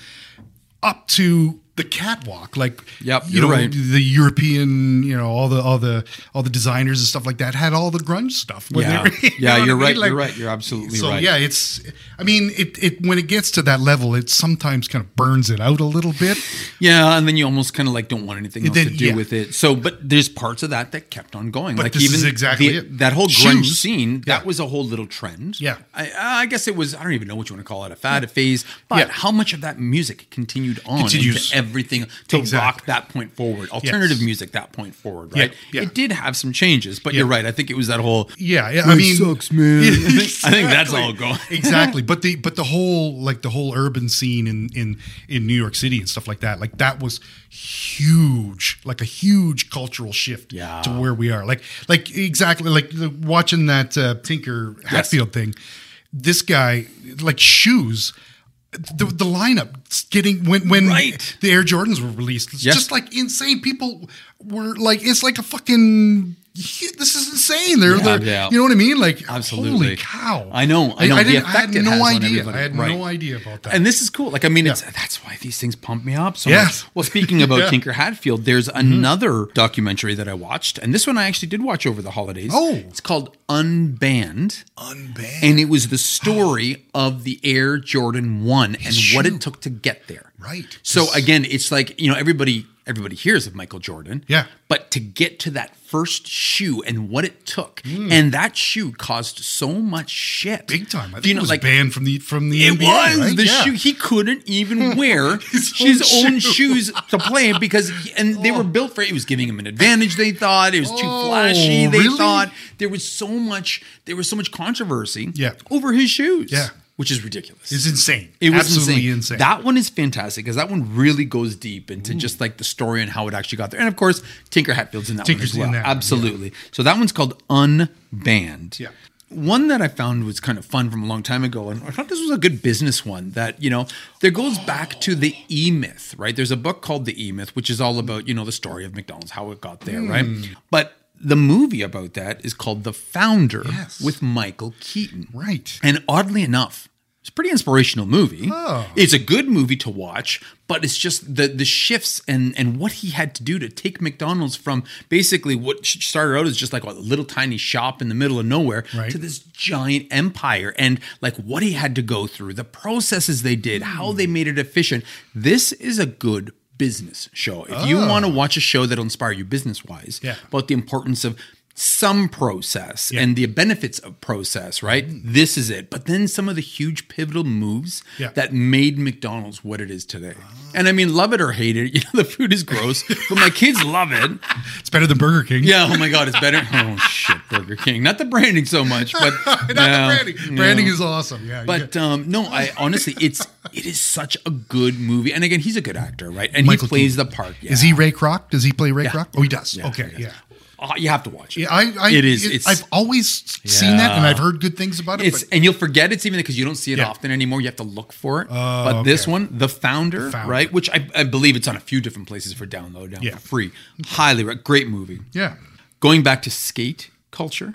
S2: up to the catwalk like
S1: Yep,
S2: you
S1: you're
S2: know
S1: right.
S2: the european you know all the all the all the designers and stuff like that had all the grunge stuff when
S1: Yeah.
S2: they were- you
S1: Yeah,
S2: know what
S1: you're
S2: I
S1: right,
S2: mean? Like,
S1: you're right, you're absolutely
S2: so
S1: right.
S2: yeah, it's. I mean, it, it when it gets to that level, it sometimes kind of burns it out a little bit.
S1: Yeah, and then you almost kind of like don't want anything else
S2: Then-
S1: to do
S2: yeah.
S1: with it. So, but there's parts of that that kept on going.
S2: But
S1: like
S2: this
S1: even
S2: is exactly
S1: the-
S2: it.
S1: that whole grunge
S2: Shoes.
S1: scene.
S2: Yeah.
S1: That was a whole little trend.
S2: Yeah.
S1: I, I guess it was. I don't even know what you want to call it, a fad, a phase. But
S2: Yeah.
S1: how much of that music continued on
S2: Continues.
S1: into everything to
S2: Exactly.
S1: rock that point forward, alternative music that point forward, right?
S2: Yeah, yeah.
S1: It did have some changes, but you're
S2: Yeah.
S1: right. I think it was that whole.
S2: Yeah, yeah, I mean, (laughs)
S1: man. (laughs) I think, I think
S2: Exactly.
S1: that's all going.
S2: exactly. But the but the whole like the whole urban scene in in in New York City and stuff like that, like that was huge, like a huge cultural shift
S1: Yeah.
S2: to where we are. Like like exactly like the, watching that uh, Tinker Hatfield thing. This guy like shoes. The, the lineup getting when when
S1: Right.
S2: the Air Jordans were released, it's
S1: Yes.
S2: just like insane. People were like, it's like a fucking. This is insane. They're,
S1: Yeah,
S2: they're
S1: yeah.
S2: you know what I mean? Like
S1: Absolutely.
S2: Holy cow.
S1: I know, I know, the
S2: didn't- I had
S1: effect it
S2: no
S1: has on
S2: idea.
S1: everybody,
S2: I had
S1: right.
S2: no idea about that.
S1: And this is cool. Like, I mean, it's,
S2: Yeah.
S1: that's why these things pump me up so
S2: Yes.
S1: much. Well, speaking about
S2: (laughs) Yeah. Mm-hmm.
S1: Tinker Hatfield, there's another documentary that I watched, and this one I actually did watch over the holidays.
S2: Oh.
S1: it's called Unbanned,
S2: Unbanned.
S1: and it was the
S2: (gasps)
S1: story of the Air Jordan One and what
S2: shoe.
S1: it took to get there.
S2: Right.
S1: So
S2: This-
S1: again, it's like you know everybody everybody hears of Michael Jordan.
S2: Yeah.
S1: But to get to that first shoe and what it took, and that shoe caused so much shit,
S2: Hmm. Big time. I think
S1: Do you
S2: it
S1: know,
S2: was
S1: like
S2: banned from the from the
S1: it
S2: NBA,
S1: was
S2: right?
S1: the
S2: Yeah.
S1: shoe he couldn't
S2: (laughs)
S1: even wear his,
S2: own
S1: own
S2: shoe.
S1: shoes to play because he- and they were built for it was giving him an advantage they thought it was too
S2: Oh,
S1: flashy they
S2: really?
S1: thought there was so much there was so much controversy
S2: Yeah.
S1: over his shoes
S2: Yeah.
S1: which is ridiculous
S2: It's insane.
S1: it was
S2: absolutely
S1: insane.
S2: insane.
S1: That one is fantastic because that one really goes deep into just like the story and how it actually got there. And of course, Tinker Hatfield's in that
S2: Tinker's in
S1: one as well.
S2: that one,
S1: Absolutely. So that one's called Unbanned.
S2: Yeah.
S1: One that I found was kind of fun from a long time ago, and I thought this was a good business one. That you know, there goes back to the E
S2: Hmm.
S1: Myth, right? There's a book called the E Myth, which is all about you know the story of McDonald's, how it got there, right? But the movie about that is called The Founder
S2: Yes.
S1: with Michael Keaton.
S2: Right.
S1: And oddly enough, it's a pretty inspirational movie. It's a good movie to watch, but it's just the the shifts and and what he had to do to take McDonald's from basically what sh- started out as just like a little tiny shop in the middle of nowhere
S2: Right.
S1: to this giant empire and like what he had to go through, the processes they did, how they made it efficient. This is a good business show. If you want to watch a show that'll inspire you business wise
S2: Yeah.
S1: about the importance of some process and the benefits of process, right? This is it. But then some of the huge pivotal moves
S2: Mm-hmm. Yeah.
S1: that made McDonald's what it is today. And I mean, love it or hate it, (laughs) you know, the food is gross, but my kids love it.
S2: It's better than Burger King.
S1: Yeah, oh my God, it's better. (laughs) Oh shit, Burger King. Not the branding so much, but
S2: (laughs) (laughs) Not the
S1: yeah,
S2: branding.
S1: yeah.
S2: Branding is awesome. Yeah. you
S1: But um, no, I honestly, it's it is such a good movie, and again, he's a good actor, right? And
S2: Michael
S1: he plays
S2: Keaton.
S1: the part.
S2: Is he Ray Kroc? Does he play Ray Kroc? Oh, he does.
S1: uh, Yeah,
S2: okay, yeah.
S1: Uh, you have to watch it.
S2: Yeah, I, I
S1: it is. it's,
S2: I've always seen that, and I've heard good things about it.
S1: It's
S2: but
S1: and you'll forget it's even because you don't see it
S2: Yeah. Oh,
S1: often anymore. You have to look for it. but this one, the founder,
S2: Founder.
S1: right? Which I, I believe it's on a few different places for download now
S2: Yeah.
S1: for free. Highly re- great movie.
S2: yeah,
S1: Going back to skate culture.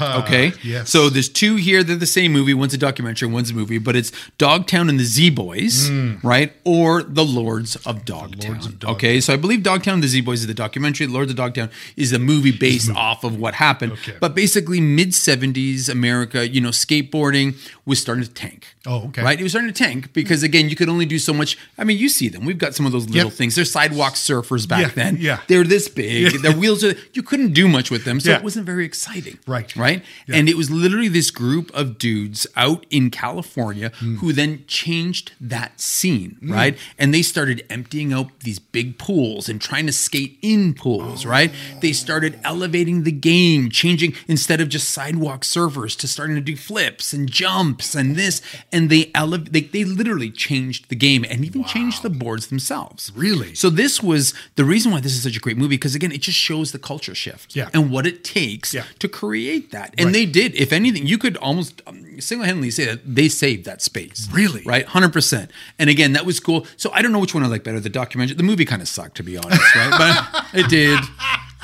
S1: okay.
S2: yes.
S1: So there's two here. They're the same movie. One's a documentary. One's a movie. But it's Dogtown and the Z Boys, right? Or the Lords of Dogtown. okay. So I believe Dogtown and the Z Boys is the documentary. Lords of Dogtown is the movie based off of what happened. But basically, mid 70s America, you know, skateboarding was starting to tank.
S2: Oh, okay.
S1: Right? It was starting to tank because, again, you could only do so much. I mean, you see them. We've got some of those little things. They're sidewalk surfers back
S2: Yeah,
S1: then.
S2: yeah.
S1: They're this big. Their wheels are, you couldn't do much with them. So
S2: Yeah.
S1: it wasn't very exciting.
S2: Right.
S1: Right. And it was literally this group of dudes out in California
S2: Hmm.
S1: who then changed that scene. Right. And they started emptying out these big pools and trying to skate in pools.
S2: Oh.
S1: Right. They started elevating the game, changing instead of just sidewalk servers to starting to do flips and jumps and this. And they elevate, they, they literally changed the game and even changed the boards themselves.
S2: Really?
S1: So this was the reason why this is such a great movie because again, it just shows the culture shift
S2: Yeah.
S1: and what it takes
S2: Yeah.
S1: to create that. And they did. If anything, you could almost um, single-handedly say that they saved that space.
S2: Really?
S1: Right? 100%. And again, that was cool. So I don't know which one I like better, the documentary. The movie kind of sucked to be honest, right? But it did.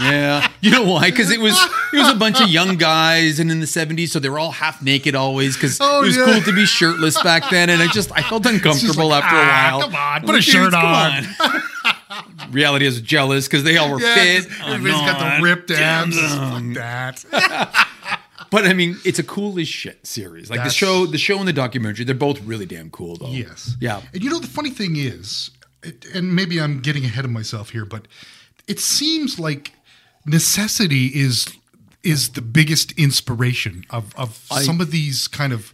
S1: Yeah. You know why? Cuz it was it was a bunch of young guys and in the 70s so they were all half naked always cuz
S2: Oh,
S1: it was
S2: yeah.
S1: cool to be shirtless back then and I just I
S2: (laughs)
S1: felt uncomfortable
S2: like,
S1: after
S2: "Ah,
S1: a while.
S2: come on,
S1: I'm
S2: put a
S1: like,
S2: shirt
S1: "Dudes, come
S2: on."
S1: reality is jealous because they all were
S2: yeah.
S1: fit.
S2: 'cause
S1: Oh,
S2: Everybody's got
S1: no.
S2: the ripped abs. Fuck that.
S1: But I mean, it's a cool as shit series. Like
S2: That's-
S1: the show, the show and the documentary, they're both really damn cool though.
S2: Yes.
S1: Yeah.
S2: And you know the funny thing is, it, and maybe I'm getting ahead of myself here, but it seems like necessity is is the biggest inspiration of of some of these kind of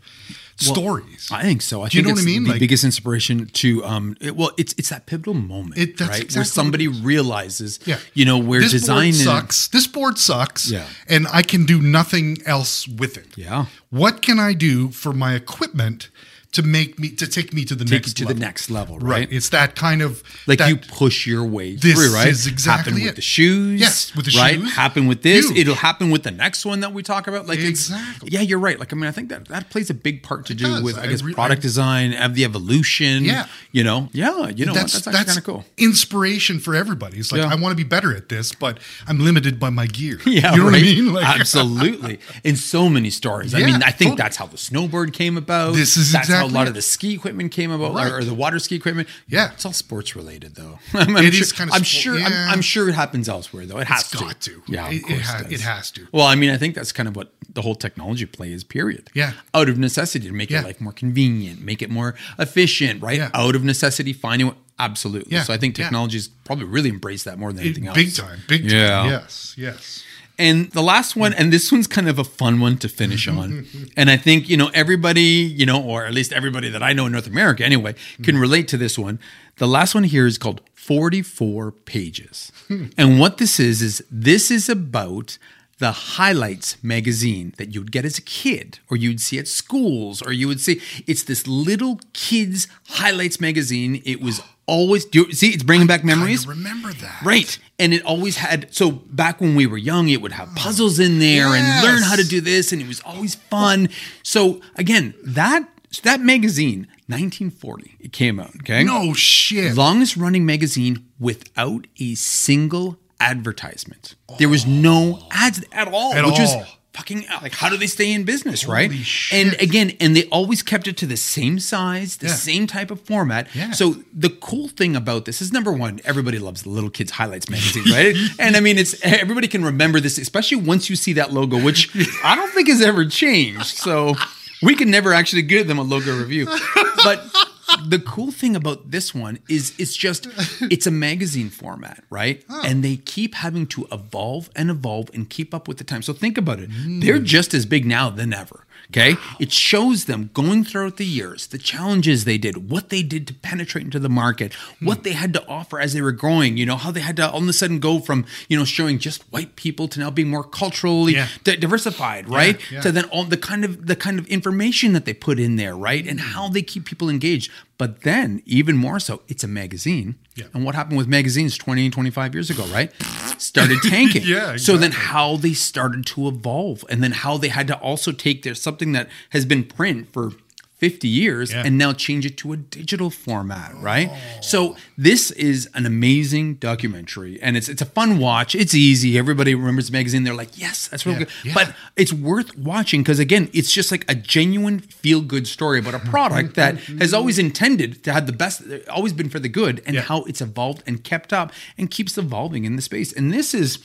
S2: stories.
S1: I think so. I
S2: you
S1: think
S2: know what
S1: it's
S2: I mean?
S1: the
S2: Like-
S1: biggest inspiration to um it- well, it's it's that pivotal moment,
S2: It- that's
S1: right?
S2: exactly
S1: Where
S2: what
S1: somebody
S2: it is.
S1: realizes,
S2: yeah.
S1: you know, where
S2: this
S1: design and-
S2: board sucks. This board sucks.
S1: Yeah.
S2: And I can do nothing else with it.
S1: Yeah.
S2: What can I do for my equipment to make me to take me to the
S1: take
S2: next
S1: it to
S2: level?
S1: the next level,
S2: Right.
S1: right?
S2: It's that kind of
S1: like
S2: that-
S1: you push your way
S2: This
S1: through, right?
S2: is exactly
S1: happen
S2: it.
S1: with the shoes,
S2: Yes, with the
S1: right?
S2: shoes.
S1: Happen with this,
S2: Huge.
S1: it'll happen with the next one that we talk about. Like it's-
S2: Exactly.
S1: yeah, you're right. Like I mean, I think that that plays a big part to do
S2: does.
S1: with I,
S2: I
S1: guess
S2: re-
S1: product
S2: I-
S1: design, of the evolution.
S2: Yeah.
S1: you know, yeah, you know what? That's actually kind of cool.
S2: inspiration for everybody. It's like
S1: Yeah.
S2: I want to be better at this, but I'm limited by my gear.
S1: (laughs) Yeah,
S2: you know what I
S1: right?
S2: mean? (laughs)
S4: (laughs)
S2: Like,
S1: Absolutely. In so many stories. I
S2: Yeah,
S1: mean, I think
S2: totally.
S1: that's how the snowboard came about.
S2: This is
S1: that's how
S2: exactly
S1: a lot
S2: it.
S1: of the ski equipment came about, or-
S2: Right.
S1: or, the water ski equipment.
S2: Yeah.
S1: it's all sports related, though. (laughs) I'm,
S2: It
S1: sure,
S2: is kinda
S1: I'm
S2: sport-
S1: sure. I'm-
S2: yeah.
S1: I'm, sure it happens elsewhere, though. It has
S2: It's got to.
S1: Yeah, of
S2: It- it
S1: course
S2: ha-
S1: does.
S2: it has to.
S1: Well, I mean, I think that's kind of what the whole technology play is. Period.
S2: Yeah.
S1: Out of necessity to make
S2: Yeah.
S1: your life more convenient, make it more efficient, right?
S2: Yeah.
S1: Out of necessity, finding what. Absolutely.
S2: Yeah,
S1: So I think
S2: yeah.
S1: technology's probably really embraced that more than anything else.
S2: big time, big time.
S1: Yeah.
S2: Yes, yes.
S1: And the last one, and this one's kind of a fun one to finish on. and I think, you know, everybody, you know, or at least everybody that I know in North America anyway, can relate to this one. The last one here is called 44 Pages. and what this is, is this is about the highlights magazine that you'd get as a kid or you'd see at schools or you would see it's this little kids highlights magazine it was always do you, see it's bringing back memories
S2: Remember that.
S1: Right. And it always had so back when we were young, it would
S4: Oh,
S1: have puzzles in there and
S2: Yes.
S1: learn how to do this, and it was always fun. So again, that that magazine, 1940, it came out. Okay.
S2: No shit.
S1: Longest running magazine without a single advertisement. There was no ads at all,
S4: Oh. At
S1: which is
S4: all.
S1: fucking like how do they stay in business, right?
S4: shit.
S1: And again, and they always kept it to the same size, the
S4: Yeah.
S1: same type of format.
S4: Yeah.
S1: So the cool thing about this is number one, everybody loves the little kids highlights magazine, right? (laughs) and I mean, it's everybody can remember this, especially once you see that logo, which I don't think has ever changed. So we can never actually give them a logo review, but. The cool thing about this one is it's just it's a magazine format, right? And they keep having to evolve and evolve and keep up with the time. So think about it. They're just as big now than ever. Okay. It shows them going throughout the years, the challenges they did, what they did to penetrate into the market,
S4: Hmm.
S1: what they had to offer as they were growing, you know, how they had to all of a sudden go from, you know, showing just white people to now being more culturally
S4: Yeah.
S1: di- diversified, right?
S4: yeah.
S1: To then all the kind of the kind of information that they put in there, right? And
S4: Hmm.
S1: how they keep people engaged. But then even more so, it's a magazine.
S4: Yeah.
S1: And what happened with magazines 20, 25 years ago, right? Started tanking.
S4: (laughs) Yeah,
S1: So then how they started to evolve and then how they had to also take their something that has been print for 50 years
S4: Yeah. Oh.
S1: and now change it to a digital format, right? So this is an amazing documentary and it's it's a fun watch. It's easy. Everybody remembers the magazine. They're like, yes, that's real
S4: Yeah,
S1: good.
S4: yeah.
S1: But it's worth watching because again, it's just like a genuine feel-good story about a product that has always intended to have the best, always been for the good, and
S4: Yeah.
S1: how it's evolved and kept up and keeps evolving in the space. And this is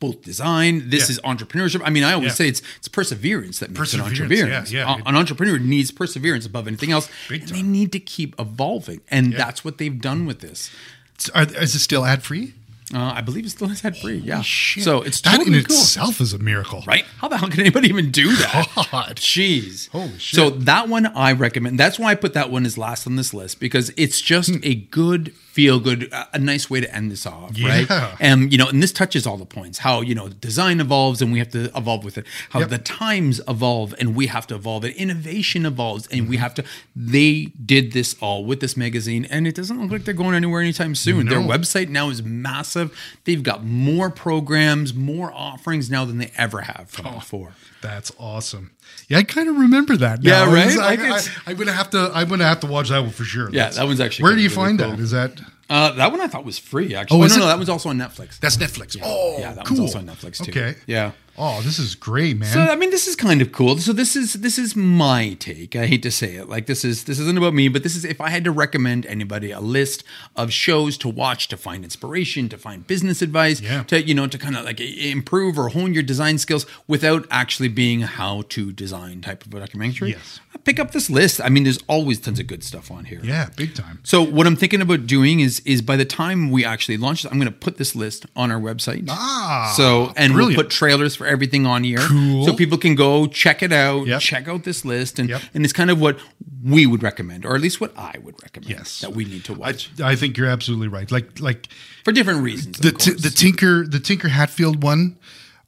S1: both design. This
S4: Yeah.
S1: is entrepreneurship. I mean, I always
S4: Yeah.
S1: say it's it's perseverance that makes
S4: Perseverance,
S1: an entrepreneur.
S4: yeah, yeah.
S1: A- An entrepreneur needs perseverance above anything else, and they need to keep evolving, and that's what they've done with this.
S2: It's- Are, is it still ad free?
S1: Uh, I believe it still has had free. Yeah.
S2: shit.
S1: So it's
S4: That
S1: totally
S4: in
S1: cool.
S4: itself is a miracle.
S1: Right? How the hell can anybody even do that?
S2: God.
S1: Jeez.
S2: Holy shit.
S1: So that one I recommend. That's why I put that one as last on this list because it's just
S4: Hmm.
S1: a good feel good, a a nice way to end this off,
S4: Yeah.
S1: right? And you know, and this touches all the points. How you know design evolves and we have to evolve with it. How the times evolve and we have to evolve. And innovation evolves and
S4: Mm-hmm.
S1: we have to. They did this all with this magazine, and it doesn't look like they're going anywhere anytime soon. Their website now is massive. They've got more programs, more offerings now than they ever have from
S4: Oh.
S1: before.
S4: That's awesome. Yeah, I kind of remember that. now.
S1: Yeah, right?
S4: I,
S1: Like it's-
S4: am gonna have to. I'm gonna have to watch that one for sure.
S1: Yeah,
S4: That's-
S1: that one's actually.
S4: Where
S1: gonna
S4: do you
S1: be really
S4: find
S1: cool.
S4: that? Is that
S1: Uh, that one I thought was free. Actually, oh,
S4: is
S1: no, no,
S4: it?
S1: that one's also on Netflix.
S2: That's Netflix.
S4: oh
S1: yeah, that
S4: cool.
S1: one's also on Netflix too.
S4: Okay.
S1: Yeah.
S4: Oh, this is great, man.
S1: So I mean, this is kind of cool. So this is this is my take. I hate to say it, like this is this isn't about me, but this is if I had to recommend anybody a list of shows to watch to find inspiration, to find business advice,
S4: Yeah.
S1: to you know to kind of like i- improve or hone your design skills without actually being a how to design type of a documentary.
S4: Yes.
S1: I pick up this list. I mean, there's always tons of good stuff on here.
S4: yeah, big time.
S1: So what I'm thinking about doing is is by the time we actually launch this, I'm going to put this list on our website.
S4: Ah,
S1: so and
S4: brilliant.
S1: we'll put trailers for everything on here, so people can go check it out,
S4: Yep.
S1: check out this list, and
S4: Yep.
S1: and it's kind of what we would recommend, or at least what I would recommend.
S4: Yes.
S1: that we need to
S4: I,
S1: watch
S4: I think you're absolutely right. Like like
S1: for different reasons.
S2: the
S1: of
S2: t-
S1: course.
S2: the Tinker the Tinker Hatfield one.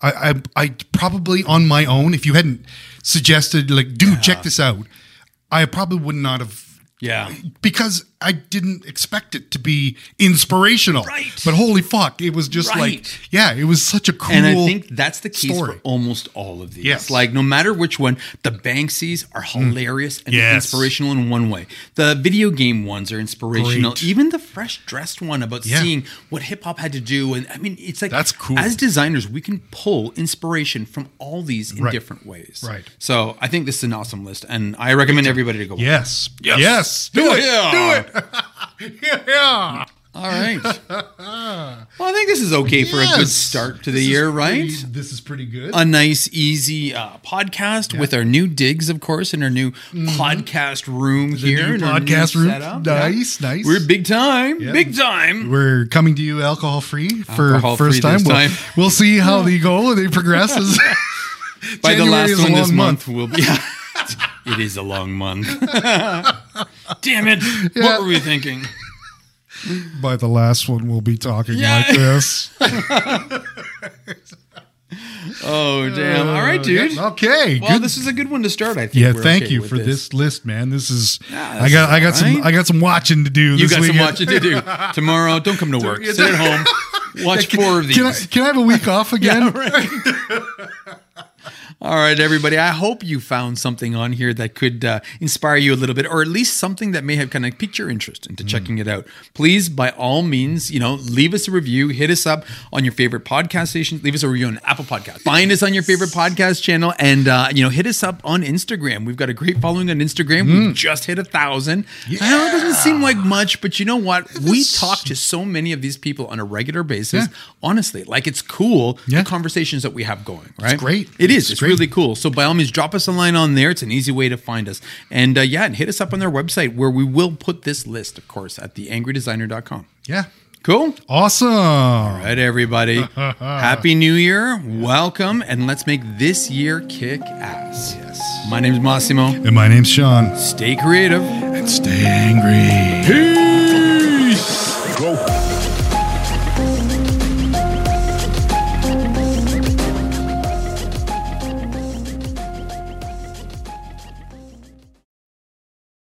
S2: I, I I probably on my own if you hadn't suggested like dude check this out, I probably would not have
S1: yeah.
S2: because I didn't expect it to be inspirational.
S1: Right.
S2: But holy fuck, it was just
S1: Right.
S2: like yeah, it was such a cool.
S1: And I think that's the case
S2: story.
S1: for almost all of these.
S2: Yes.
S1: Like no matter which one, the Banksies are hilarious and
S4: Mm. Yes.
S1: inspirational in one way. The video game ones are inspirational.
S4: Great.
S1: Even the fresh dressed one about
S4: Yeah.
S1: seeing what hip hop had to do. And I mean, it's like
S4: That's cool.
S1: As designers, we can pull inspiration from all these in
S4: Right.
S1: different ways.
S4: Right.
S1: So I think this is an awesome list, and I recommend everybody to go. watch.
S4: yes, yes, Do it.
S1: do it.
S2: (laughs)
S4: Yeah. (laughs)
S1: All right. Well, I think this is okay for a good
S4: Yes.
S1: start to the
S4: This is
S1: year, right?
S4: pretty- this is pretty good.
S1: a nice, easy uh, podcast with our new digs, of course, in our new podcast room here.
S4: Mm-hmm. new
S1: in our
S4: podcast room.
S1: setup.
S4: Nice, nice.
S1: We're big time, big time.
S4: We're coming to you alcohol free for
S1: Alcohol-free
S4: first time.
S1: this
S4: We'll,
S1: time.
S4: we'll see how they go and they
S1: (laughs)
S4: progresses.
S1: By the
S4: January
S1: last
S4: is a
S1: one this
S4: long
S1: month, we'll be. (laughs) it is a
S4: (laughs)
S1: long month. Damn it! What were we thinking?
S4: By the last one, we'll be talking
S1: Yeah.
S4: like this.
S1: Oh damn! All right, dude.
S4: Okay,
S1: well,
S4: Uh, good.
S1: this is a good one to start. I think.
S4: yeah,
S1: We're
S4: thank
S1: okay
S4: you
S1: with
S4: for this. list, man. This is
S1: Yeah,
S4: I
S1: this
S4: got
S1: is
S4: I got some
S1: alright.
S4: I got some watching to do.
S1: You
S4: this
S1: got some
S4: weekend.
S1: watching
S4: (laughs)
S1: to do tomorrow. Don't come to work. Sit at home. Watch four of these. (laughs)
S4: Can I, can I have a week off again?
S1: Yeah, right. (laughs) All right, everybody. I hope you found something on here that could uh, inspire you a little bit, or at least something that may have kind of piqued your interest into checking it out. Please, by all means, you know, leave us a review, hit us up on your favorite podcast station, leave us a review on Apple Podcast, find us on your favorite podcast channel, and uh, you know, hit us up on Instagram. We've got a great following on Instagram. We've just hit a thousand. I know it doesn't seem like much, but you know what? We talk to so many of these people on a regular basis.
S2: Yeah.
S1: Honestly, like it's cool
S2: Yeah.
S1: the conversations that we have going. Right?
S2: great.
S1: It is. It's,
S2: It's great.
S1: really cool. So by all means, drop us a line on there. It's an easy way to find us. And uh, yeah, and hit us up on their website where we will put this list, of course, at theangrydesigner.com.
S2: Yeah.
S1: Cool.
S2: Awesome.
S1: All right, everybody. Happy New Year. Welcome. And let's make this year kick ass. Yes. My name is Massimo.
S2: And my name's Sean.
S1: Stay creative.
S2: And stay angry.